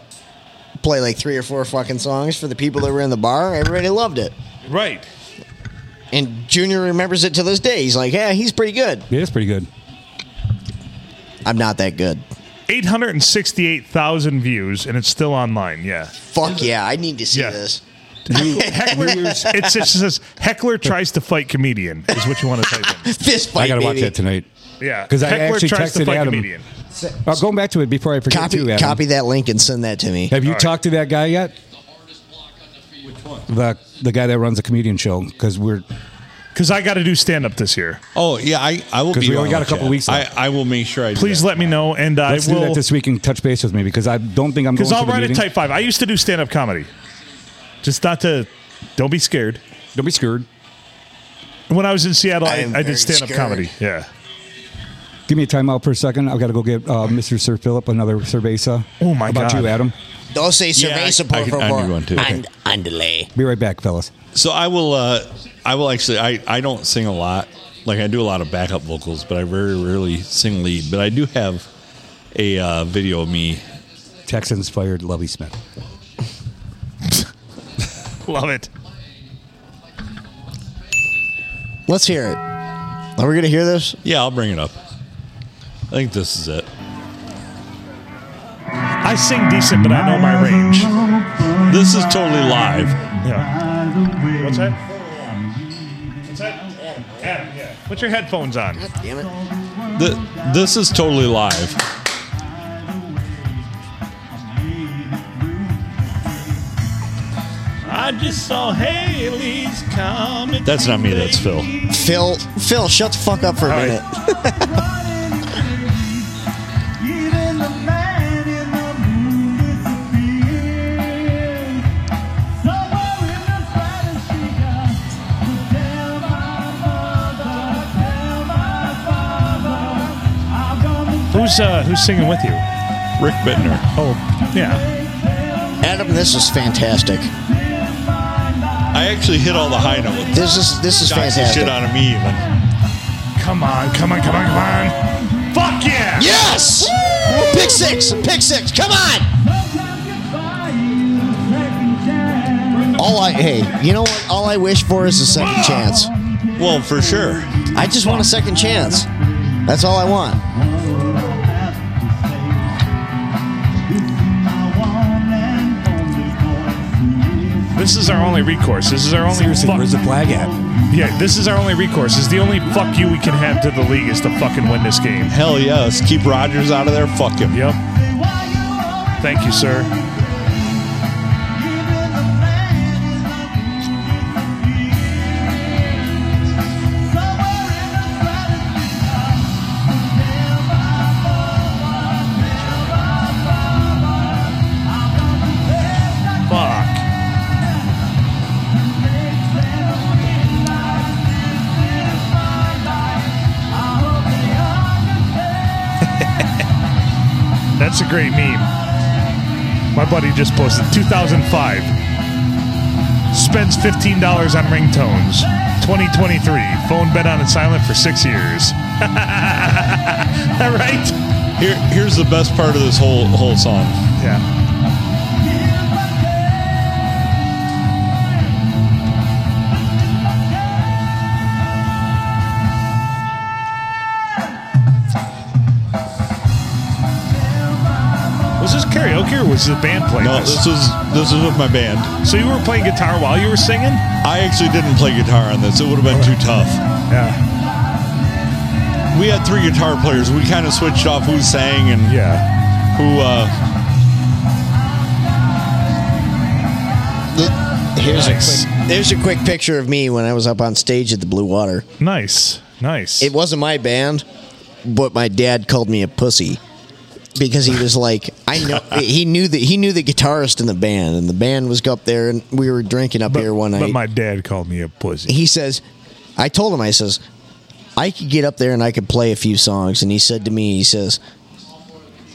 play like three or four fucking songs for the people that were in the bar. Everybody loved it. Right. And Junior remembers it to this day. He's like, yeah, he's pretty good. Yeah, it's pretty good. I'm not that good. Eight hundred and sixty-eight thousand views, and it's still online. Yeah. Fuck yeah, I need to see Yeah. this. Heckler, it says heckler tries to fight comedian is what you want to type in. Fist fight, I gotta watch baby. that tonight. Yeah, 'Cause I heckler actually tries to texted fight Adam. comedian. Uh, going back to it before I forget Copy, too, Adam. copy that link and send that to me. Have you All right. talked to that guy yet? The the guy that runs the comedian show because we're Because I got to do stand up this year. Oh yeah, I, I will 'Cause be. we only on got a with couple you. weeks I, left. I will make sure I do Please that. let me know, and I let's do will. that this week and touch base with me because I don't think I'm Because going to I'll the write a meeting. type five. I used to do stand up comedy. Just not to. Don't be scared. Don't be scared. When I was in Seattle, I I, am I very did stand up scared. comedy. Yeah. Give me a timeout for a second. I've got to go get uh, Mr. Sir Philip another cerveza. Oh, my How about God. you, Adam. Don't say Yeah, I- survey support I- for I need one too. And, and delay. Be right back, fellas. So I will. Uh, I will actually. I, I don't sing a lot. Like I do a lot of backup vocals, but I very rarely sing lead. But I do have a uh, video of me. Texans fired Lovey Smith. Love it. Let's hear it. Are we going to hear this? Yeah, I'll bring it up. I think this is it. I sing decent, but I know my range. This is totally live. Yeah. What's that? What's that? Adam, yeah. Put your headphones on. God damn it. Th- this is totally live. I just saw Haley's coming. That's not me. That's Phil. Phil, Phil, shut the fuck up for a All right. minute. Who's uh, who's singing with you? Rick Bittner. Oh, yeah. Adam, this is fantastic. I actually hit all the high notes. This is this is Knocks the shit fantastic. out of me even. Come on, come on, come on, come on. Fuck yeah! Yes! Pick six! Pick six! Come on! All I hey, you know what? All I wish for is a second chance. Well, for sure. I just want a second chance. That's all I want. This is our only recourse. This is our only Seriously, fuck- where's the flag at? yeah. This is our only recourse. Is the only fuck you we can have to the league is to fucking win this game. Hell yes. Keep Rogers out of there. Fuck him. Yep. Thank you, sir. Fuck. That's a great meme. My buddy just posted 2005. Spends $15 on ringtones. 2023. Phone been on and silent for six years. right? Here, here's the best part of this whole whole song. Yeah. Was this karaoke or was the band playing No, this? this was this was with my band. So you were playing guitar while you were singing? I actually didn't play guitar on this. It would have been too tough. Yeah. We had three guitar players. We kind of switched off who sang and Yeah. who. Uh, Here's Nice. a quick there's a quick picture of me when I was up on stage at the Blue Water. Nice. Nice. It wasn't my band, but my dad called me a pussy. because he was like, I know he knew that he knew the guitarist in the band, and the band was up there, and we were drinking up But, here one night. but my dad called me a pussy. he says, I told him, I says, I could get up there and I could play a few songs. And he said to me, he says,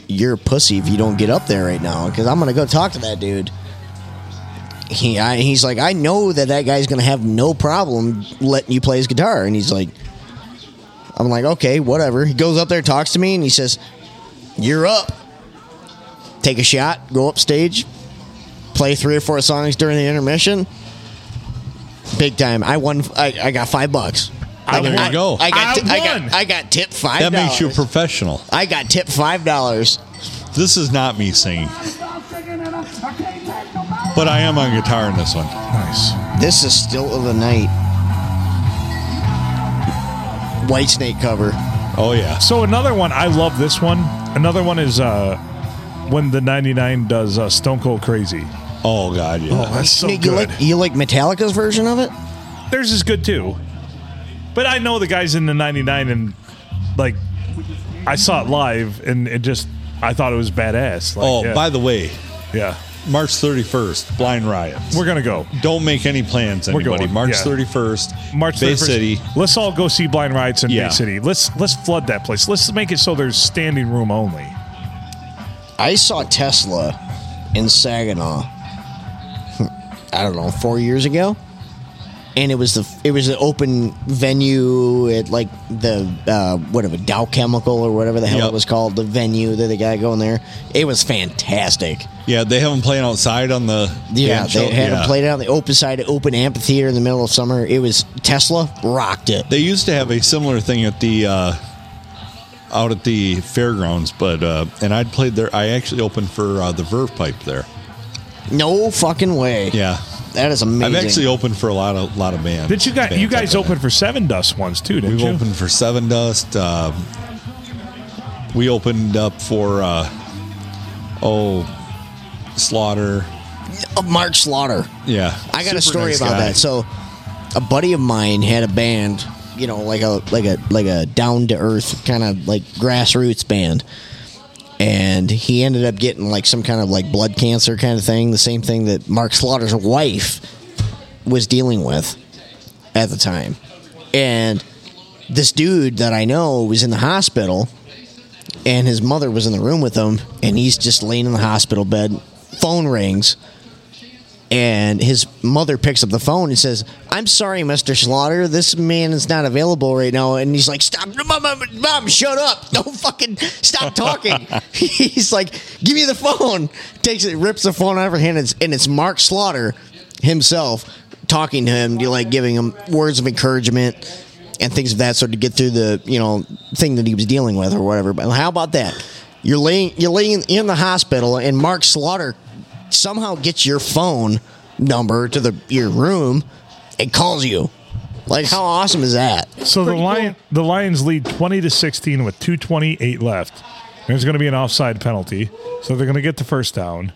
You're a pussy if you don't get up there right now because I'm going to go talk to that dude. He, I, he's like, I know that that guy's going to have no problem letting you play his guitar. And he's like, I'm like, okay, whatever. He goes up there, talks to me, and he says, You're up. Take a shot, go up stage, play three or four songs during the intermission. Big time. I won. I, I got five bucks. I, there you I- go. I got, I ti- I won. got. I got tipped five. That makes you a dollars. professional. I got tipped five dollars. This is not me singing, but I am on guitar in this one. Nice. This is still of the night. White Snake cover. Oh yeah. So another one, I love this one. Another one is uh, when the 99 does uh, Stone Cold Crazy. Oh god. Yeah. Oh, that's so Nick, you good. like you like Metallica's version of it? Theirs is good too. But I know the guys in the 99 and like I saw it live and it just I thought it was badass. Like, oh, yeah, by the way, yeah. March 31st, Blind Riots. We're gonna go. Don't make any plans, We're anybody. going, March yeah. 31st, March Bay 31st. City. Let's all go see Blind Rights in Yeah. Bay City. Let's let's flood that place. Let's make it so there's standing room only. I saw Tesla in Saginaw. I don't know, four years ago, and it was the it was an open venue at like the uh, whatever Dow Chemical or whatever the hell Yep. it was called, the venue that the guy going there. It was fantastic. Yeah, they have them playing outside on the Yeah, band show. they had Yeah. it played out in the open side, open amphitheater in the middle of summer. It was Tesla rocked it. They used to have a similar thing at the uh, out at the fairgrounds, but uh, and I'd played there. I actually opened for uh, the Verve Pipe there. No fucking way. Yeah, that is amazing. I've actually opened for a lot of lot of bands. Did you guys bands you guys I've been in. opened for Seven Dust once too, didn't We've you? opened for Seven Dust. Um, we opened up for uh, oh Slaughter. Uh, Mark Slaughter. Yeah, I got Super a story nice about guy. that. So, a buddy of mine had a band, you know, like a like a like a down to earth kind of like grassroots band, and he ended up getting like some kind of like blood cancer kind of thing, the same thing that Mark Slaughter's wife was dealing with at the time, and this dude that I know was in the hospital, and his mother was in the room with him, and he's just laying in the hospital bed. Phone rings and his mother picks up the phone and says, "I'm sorry, Mister Slaughter, this man is not available right now." And he's like, "Stop, mom, mom, mom shut up! Don't fucking stop talking." he's like, "Give me the phone." Takes it, rips the phone out of her hand, and it's, and it's Mark Slaughter himself talking to him, like giving him words of encouragement and things of that sort to get through the you know thing that he was dealing with or whatever. But how about that? You're laying you're laying in the hospital, and Mark Slaughter somehow gets your phone number to the your room and calls you. Like how awesome is that? So the lion the Lions lead twenty to sixteen with two twenty eight left. There's going to be an offside penalty, so they're going to get the first down.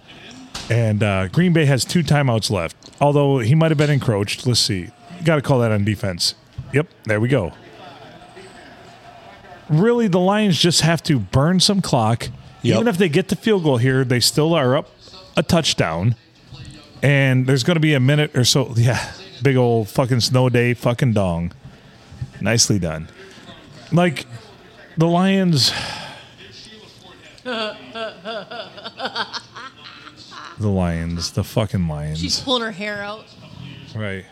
And uh, Green Bay has two timeouts left. Although he might have been encroached. Let's see. Got to call that on defense. Yep, there we go. Really, the Lions just have to burn some clock. Yep. Even if they get the field goal here, they still are up a touchdown. And there's going to be a minute or so. Yeah, big old fucking snow day, fucking dong. Nicely done. Like the Lions. the Lions, the fucking She's Lions. pulling her hair out. Right.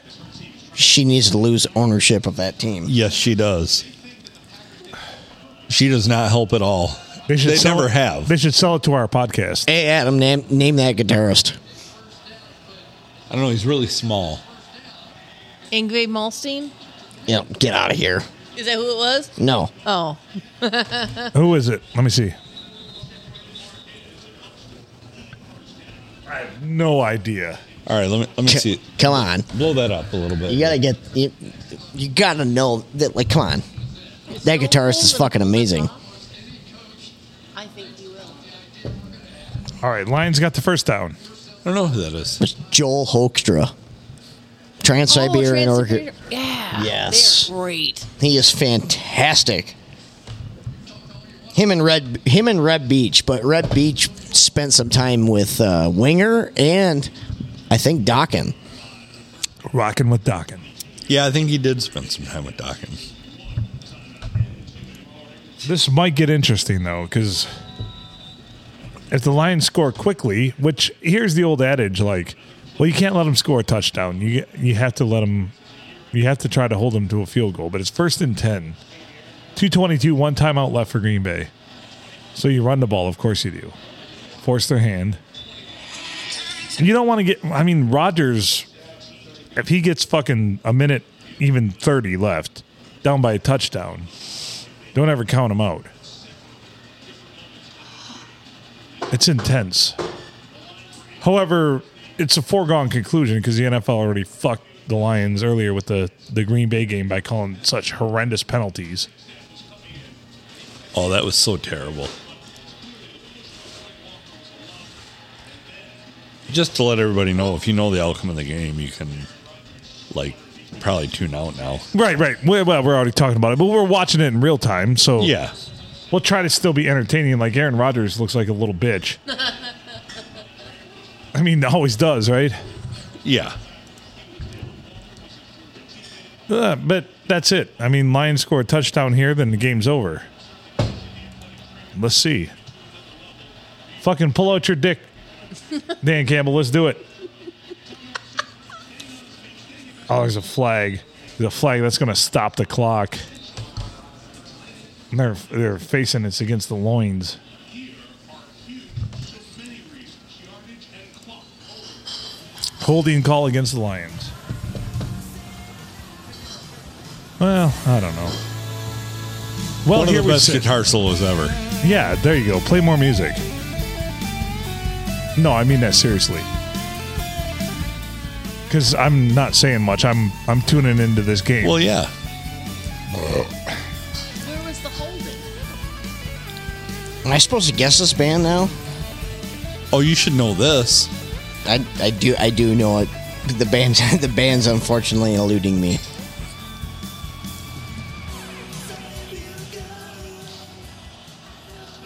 She needs to lose ownership of that team. Yes, she does. She does not help at all. They, sell never it- have. They should sell it to our podcast. Hey Adam, name name that guitarist. I don't know. He's really small. Ingve Malstein? Yeah, get out of here. Is that who it was? No, Oh. Who is it? Let me see. I have no idea. All right, let me let me see. come on. Blow that up a little bit. You gotta get you, you gotta know that. Like, come on, that guitarist is fucking amazing. I think you will. All right, Lions got the first down. I don't know who that is. It's Joel Hoekstra, Trans Siberian Oh, Orchestra. Trans-Siberian- Yeah. Yes. They're great. He is fantastic. him and Red him and Red Beach, but Red Beach spent some time with uh, Winger and I think Dockin. Rocking with Dockin. Yeah, I think he did spend some time with Dawkins. This might get interesting though, because if the Lions score quickly, which here's the old adage, like, well, you can't let them score a touchdown. You you have to let them, you have to try to hold them to a field goal. But it's first and ten, two twenty two, one timeout left for Green Bay. So you run the ball, of course you do. Force their hand. And you don't want to get. I mean, Rodgers, if he gets fucking a minute, even thirty left, down by a touchdown, don't ever count him out. It's intense. However, it's a foregone conclusion because the NFL already fucked the Lions earlier with the, the Green Bay game by calling such horrendous penalties. Oh, that was so terrible. Just to let everybody know, if you know the outcome of the game, you can like probably tune out now. Right, right. Well, well, we're already talking about it, but we're watching it in real time, so Yeah. we'll try to still be entertaining. Like Aaron Rodgers looks like a little bitch. I mean, always does, right? Yeah. Uh, but that's it. I mean, Lions score a touchdown here, then the game's over. Let's see. Fucking pull out your dick, Dan Campbell. Let's do it. Oh, there's a flag. The flag that's going to stop the clock. And they're they're facing it's against the loins. Holding call against the Lions. Well, I don't know. Well, One of here the we best sit. guitar solos ever. Yeah, there you go. Play more music. No, I mean that seriously. Cuz I'm not saying much. I'm I'm tuning into this game. Well, yeah. Where was the holding? Am I supposed to guess this band now? Oh, you should know this. I, I do I do know it. The band's the band's unfortunately eluding me.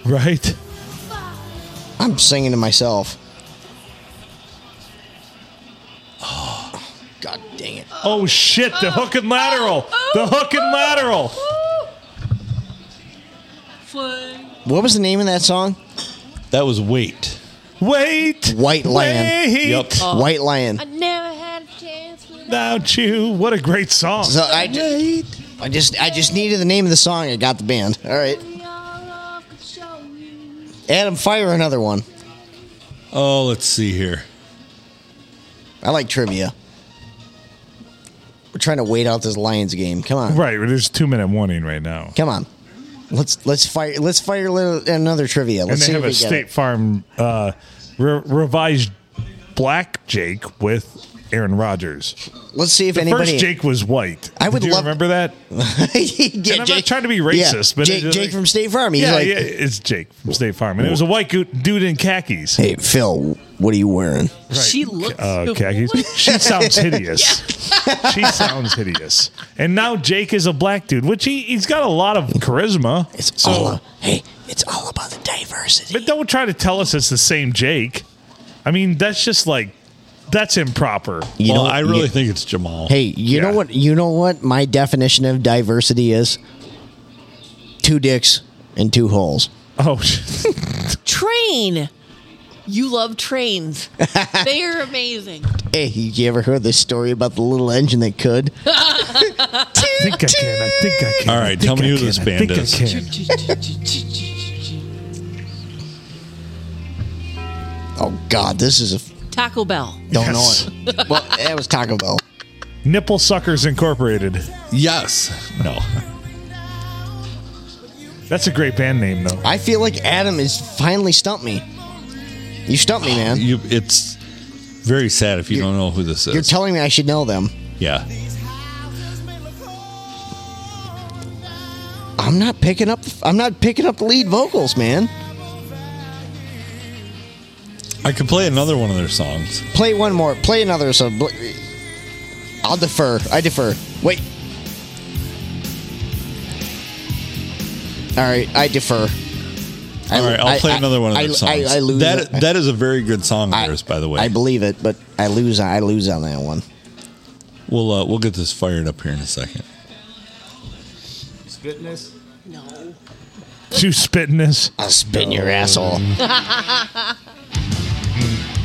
right? I'm singing to myself. Oh, God dang it. Oh shit, the hook and lateral. the hook and lateral. What was the name of that song? That was wait. Wait. White Lion. Wait. Yep. White Lion. I never had a chance with Without you. What a great song. So I just, I just I just needed the name of the song. I got the band. All right. me all love could show you. Adam, fire another one. Oh, let's see here. I like trivia. We're trying to wait out this Lions game. Come on. Right, there's 2 minute warning right now. Come on. Let's let's fire let's fire a little, another trivia. and Let's they see have a if we get State it. Farm uh, re- revised Black Jake with Aaron Rodgers. Let's see if The anybody first Jake was white. I would Did you love- remember that. yeah, And I'm not trying to be racist, but Jake, it- uh, Jake from State Farm. He's yeah, like, yeah, it's Jake from State Farm, and it was a white goo- dude in khakis. "Hey Phil, what are you wearing?" She looks Uh, khakis. She sounds hideous. She sounds hideous. And now Jake is a black dude, which he he's got a lot of charisma. It's So- all a- hey, it's all about the diversity. But don't try to tell us it's the same Jake. I mean, that's just like that's improper. you well, know, I really you- think it's Jamal. Hey, you Yeah. know what? You know what my definition of diversity is? Two dicks and two holes. Oh, train. You love trains. they are amazing. Hey, you ever heard the story about the little engine that could? I think I can. I think I can. All right, I think tell me I who can. this I band think I is. can. Oh God, this is a f- Taco Bell. don't Yes. know it. Well, that was Taco Bell. Nipple Suckers Incorporated. Yes. No. That's a great band name, though. I feel like Adam is finally stumped me. You stumped me, Oh, man. You, it's very sad if you don't know who this You're is. telling me I should know them. yeah. I'm not picking up. I'm not picking up the lead vocals, man. I could play another one of their songs. Play one more. Play another. So bl- I'll defer. I defer. Wait. All right, I defer. All right, I'll play another one of I- those I, songs. I, lose. that that is a very good song of yours, by the way. I believe it, but I lose. I lose on that one. we'll uh, we'll get this fired up here in a second. Spitness. No. You spitting this? I'll spit in your asshole.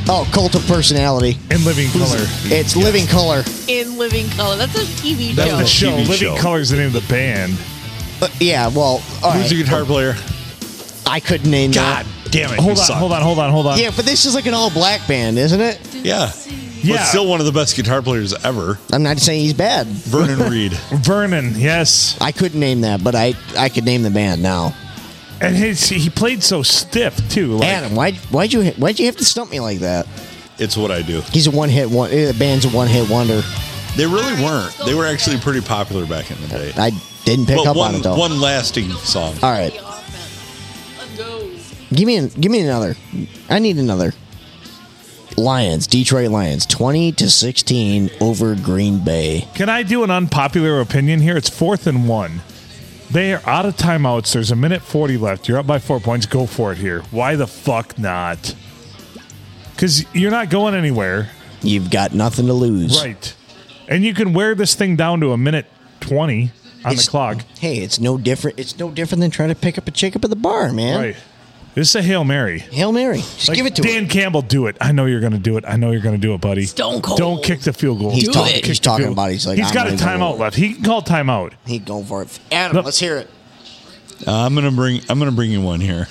Oh, cult of personality. In living color. It's living color. In Living Color. That's a TV That's show. a The show. TV Living show. Color is the name of the band. Uh, yeah. Well, all Who's the right. guitar player? I couldn't name God damn it! Hold on, hold on, hold on, hold on. that. Yeah, but this is like an all-black band, isn't it? Yeah, Yeah. but still one of the best guitar players ever, I'm not saying he's bad. Vernon Reed. Vernon, yes. I couldn't name that, but I I could name the band now. And his, he played so stiff, too. Like, Adam, why why'd you why'd you have to stump me like that? It's what I do. He's a one-hit one. eh, The band's a one-hit wonder. They really weren't. They were actually pretty popular back in the day. I didn't pick But up one on it though. one lasting song. All right, Let's go. give me an, give me another. I need another. Lions, Detroit Lions, twenty to sixteen over Green Bay. Can I do an unpopular opinion here? It's fourth and one. They are out of timeouts. There's a minute 40 left. You're up by four points. Go for it here. Why the fuck not? Because you're not going anywhere. You've got nothing to lose. Right. And you can wear this thing down to a minute 20 on It's- the clock. Hey, it's no different. It's no different than trying to pick up a chick up at the bar, man. Right. This is a Hail Mary. Hail Mary. Just Like, give it to Dan him. Campbell, do it. I know you're going to do it. I know you're going to do it, buddy. Stone Cold. Don't kick the field goal. He's Do talking. it. He's talking about. it. He's like, He's I'm got a gonna go. timeout left. He can call timeout. He'd go for it. Adam, Nope. let's hear it. Uh, I'm gonna bring I'm gonna bring you one here.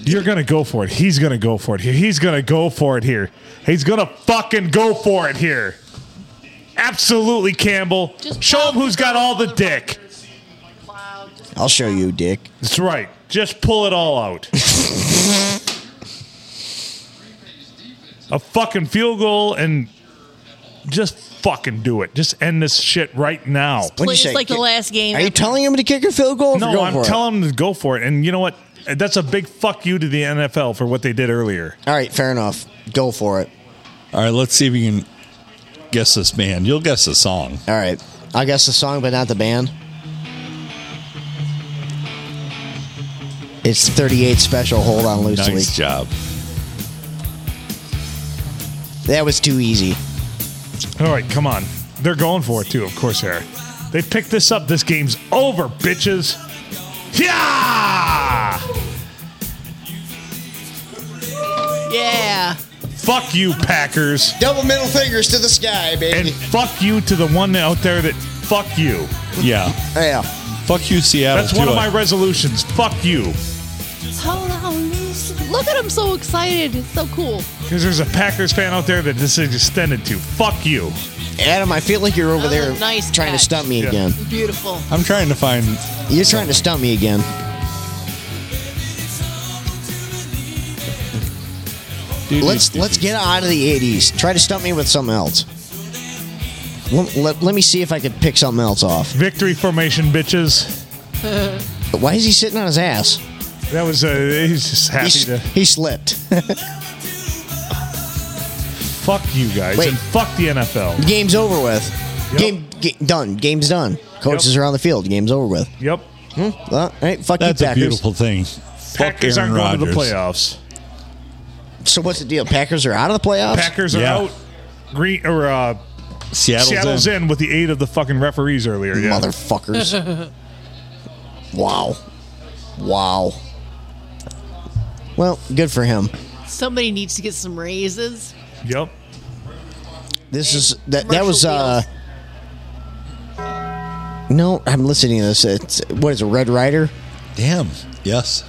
You're going to go for it. He's going to go for it here. He's going to go for it here. He's going to fucking go for it here. Absolutely, Campbell. Just Show him plow who's through got the all the dick. Rockers. Wow, just- I'll show you, Dick. That's right. Just pull it all out. a fucking field goal and just fucking do it. Just end this shit right now. What'd Play- you it's say? like the Ki- last game Are you ever. telling him to kick a field goal? or No, go I'm for it? telling them to go for it. And you know what? That's a big fuck you to the NFL for what they did earlier. All right, fair enough. Go for it. All right, let's see if you can guess this band. You'll guess the song. All right. I guess the song, but not the band. It's 38 special. Hold on loosely. Nice job. That was too easy. All right, come on. They're going for it too, of course, Eric. They picked this up. This game's over, bitches. Yeah! Yeah. Fuck you, Packers. Double middle fingers to the sky, And baby. fuck you to the one out there that fuck you. Yeah. yeah. Fuck you, Seattle. That's one too. of my resolutions. Fuck you. Hold on, Lucy. Look at him so excited. It's so cool. Because there's a Packers fan out there that this is extended to. Fuck you. Adam, I feel like you're over That was a there nice trying catch. to stump me Yeah. again. Beautiful. I'm trying to find. You're trying to stump me again. Let's let's get out of the 80s. Try to stump me with something else. Let, let, let me see if I could pick something else off. Victory formation, bitches. Why is he sitting on his ass? That was a. He's just happy He, to. he slipped. Fuck you guys Wait. and fuck the NFL. Game's over with. Yep. Game ga- done. Game's done. Coaches Yep. are on the field. Game's over with. Hmm? Yep. Well, all right, fuck That's you, a Packers. beautiful thing. Packers Aaron aren't going to the Rodgers. playoffs. So what's the deal? Packers are out of the playoffs. Packers are Yeah. out. Green or uh, Seattle's, Seattle's in. in with the aid of the fucking referees earlier. Yeah. Motherfuckers. wow. Wow. Well, good for him. Somebody needs to get some raises. Yep. This is that. That commercial was. uh No, I'm listening to this. It's what is it? Red Rider. Damn. Yes.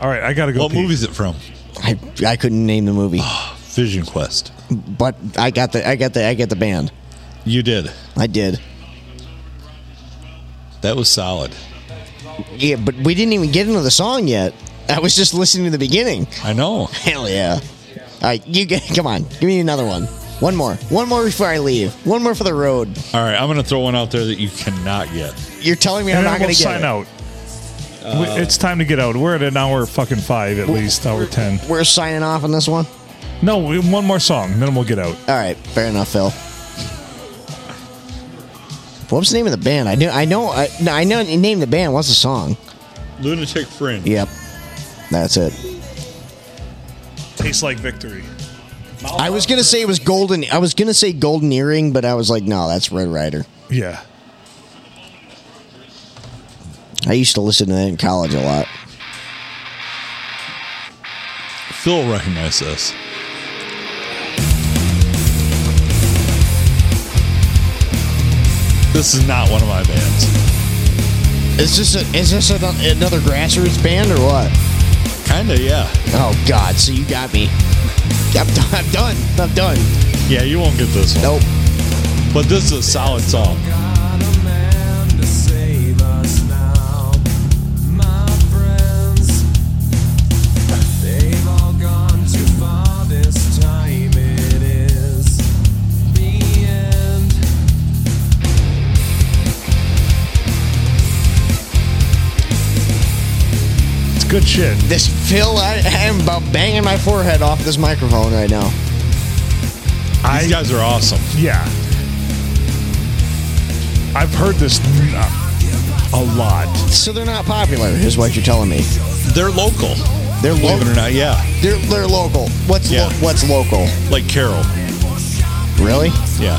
All right, I gotta go. What pee. movie is it from? I I couldn't name the movie, Vision Quest. but I got the I got the I got the band. You did. I did. That was solid. Yeah, but we didn't even get into the song yet. I was just listening to the beginning. I know. Hell yeah. All right, you get, come on. Give me another one. One more. One more before I leave. One more for the road. All right, I'm going to throw one out there that you cannot get. You're telling me I'm And not then going we'll to get sign it. out. We- it's time to get out. We're at an hour fucking five at least, hour ten. We're signing off on this one. No, we- one more song, then we'll get out. All right, fair enough, Phil. What was the name of the band? I knew. I know. I, no, I know. You named the band. What's the song? Lunatic Fringe. Yep. That's it. Tastes like victory. I was gonna say it was golden. I was gonna say golden earring, but I was like, no, that's Red Rider. Yeah. I used to listen to that in college a lot. Phil will recognize this. This is not one of my bands. Is this a, is this ano- another grassroots band or what? Kinda, yeah. Oh God! So you got me. I'm, done. I'm done. I'm done. Yeah, you won't get this one. Nope. But this is a solid song. It's good shit. This Phil, I, I'm about banging my forehead off this microphone right now. These guys are awesome. Yeah. I've heard this uh, a lot. So they're not popular, is what you're telling me. They're local. They're Believe it local. or not, yeah. They're they're local. What's Yeah. lo- what's local? Like Carol. Really? Yeah.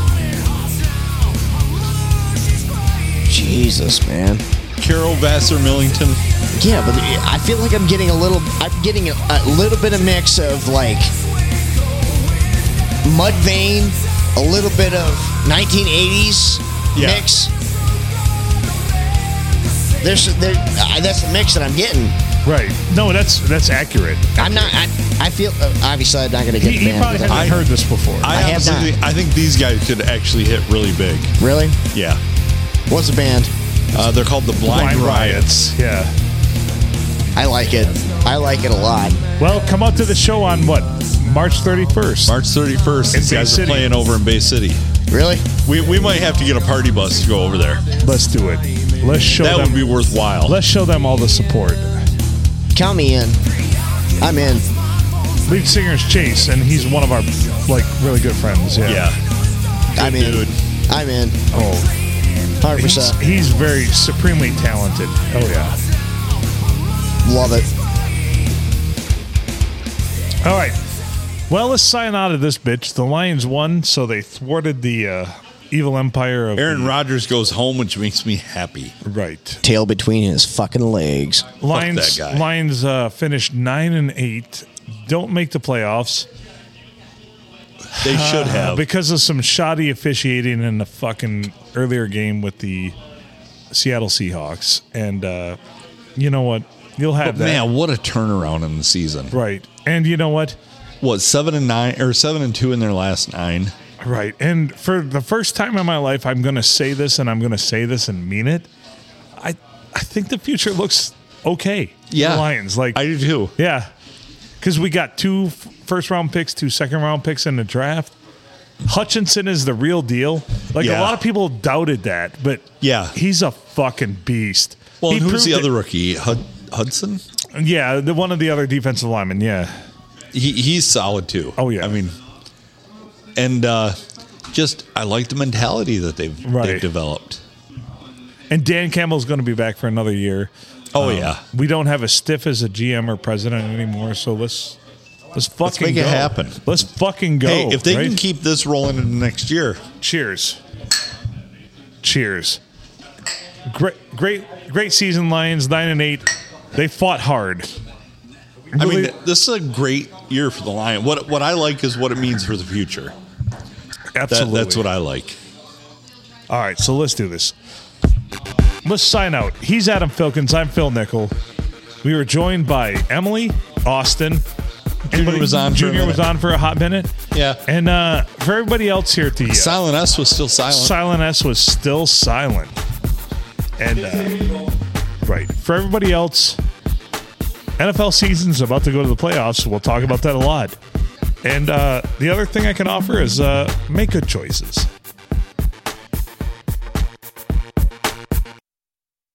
Jesus, man. Carol Vassar Millington. Yeah, but I feel like I'm getting a little. I'm getting a, a little bit of mix of like Mudvayne, a little bit of 1980s Yeah. mix. There's there. I that's the mix that I'm getting. Right. No, that's that's accurate. I'm not. I, I feel uh, obviously I'm not going to get He, the he band. probably but hasn't I'm- heard this before. I, I have honestly not. think- I think these guys could actually hit really big. really? Yeah. What's the band? Uh, they're called the Blind, Blind Riots. Yeah. I like it. I like it a lot. Well, come out to the show on what? March 31st. March 31st. These Bay guys are City. playing over in Bay City. Really? We, we might have to get a party bus to go over there. Let's do it. Let's show that them would be worthwhile. Let's show them all the support. Count me in. I'm in. Lead singer is Chase and he's one of our like really good friends. Yeah. yeah. I'm in. dude. I'm in. Oh. Hundred He's, percent. he's very supremely talented. Oh yeah. Love it. All right. Well, let's sign out of this bitch. The Lions won, so they thwarted the uh, evil empire of Aaron Rodgers goes home, which makes me happy. Right. Tail between his fucking legs. Lions. that guy. Lions uh, finished nine and eight. Don't make the playoffs They should have. Ah, because of some shoddy officiating in the fucking earlier game with the Seattle Seahawks. And uh, you know what? You'll have that Oh, Man, what a turnaround in the season. right. And you know what? What, seven and nine or seven and two in their last nine? Right. And for the first time in my life, I'm going to say this and I'm going to say this and mean it. I I think the future looks okay. for Yeah. The Lions. Like, I do too. yeah. Because we got two f- first round picks, two second round picks in the draft. Hutchinson is the real deal. Like, Yeah. a lot of people doubted that, but Yeah. he's a fucking beast. Well, He and who's proved the it- other rookie? Hud- Hudson? Yeah, the one of the other defensive linemen. Yeah. He, he's solid too. Oh, yeah. I mean, and uh, just I like the mentality that they've, Right. they've developed. And Dan Campbell's going to be back for another year. Um, Oh yeah, we don't have a stiff as a GM or president anymore. So let's let's fucking make it go. happen. Let's fucking go. Hey, if they can right? keep this rolling into next year, cheers, cheers. Great, great, great season, Lions nine and eight. They fought hard. I Really- mean, this is a great year for the Lion. What what I like is what it means for the future. That, absolutely. that's what I like. All right, so let's do this. Let's sign out. He's Adam Filkins. I'm Phil Nickel. We were joined by Emily Austin. Anybody- was on for a Junior was minute. on for a hot minute. Yeah. and uh, for everybody else here at the uh, Silent S was still silent. Silent S was still silent. And, uh, right. For everybody else, NFL season's about to go to the playoffs. We'll talk about that a lot. And uh, the other thing I can offer is uh, make good choices.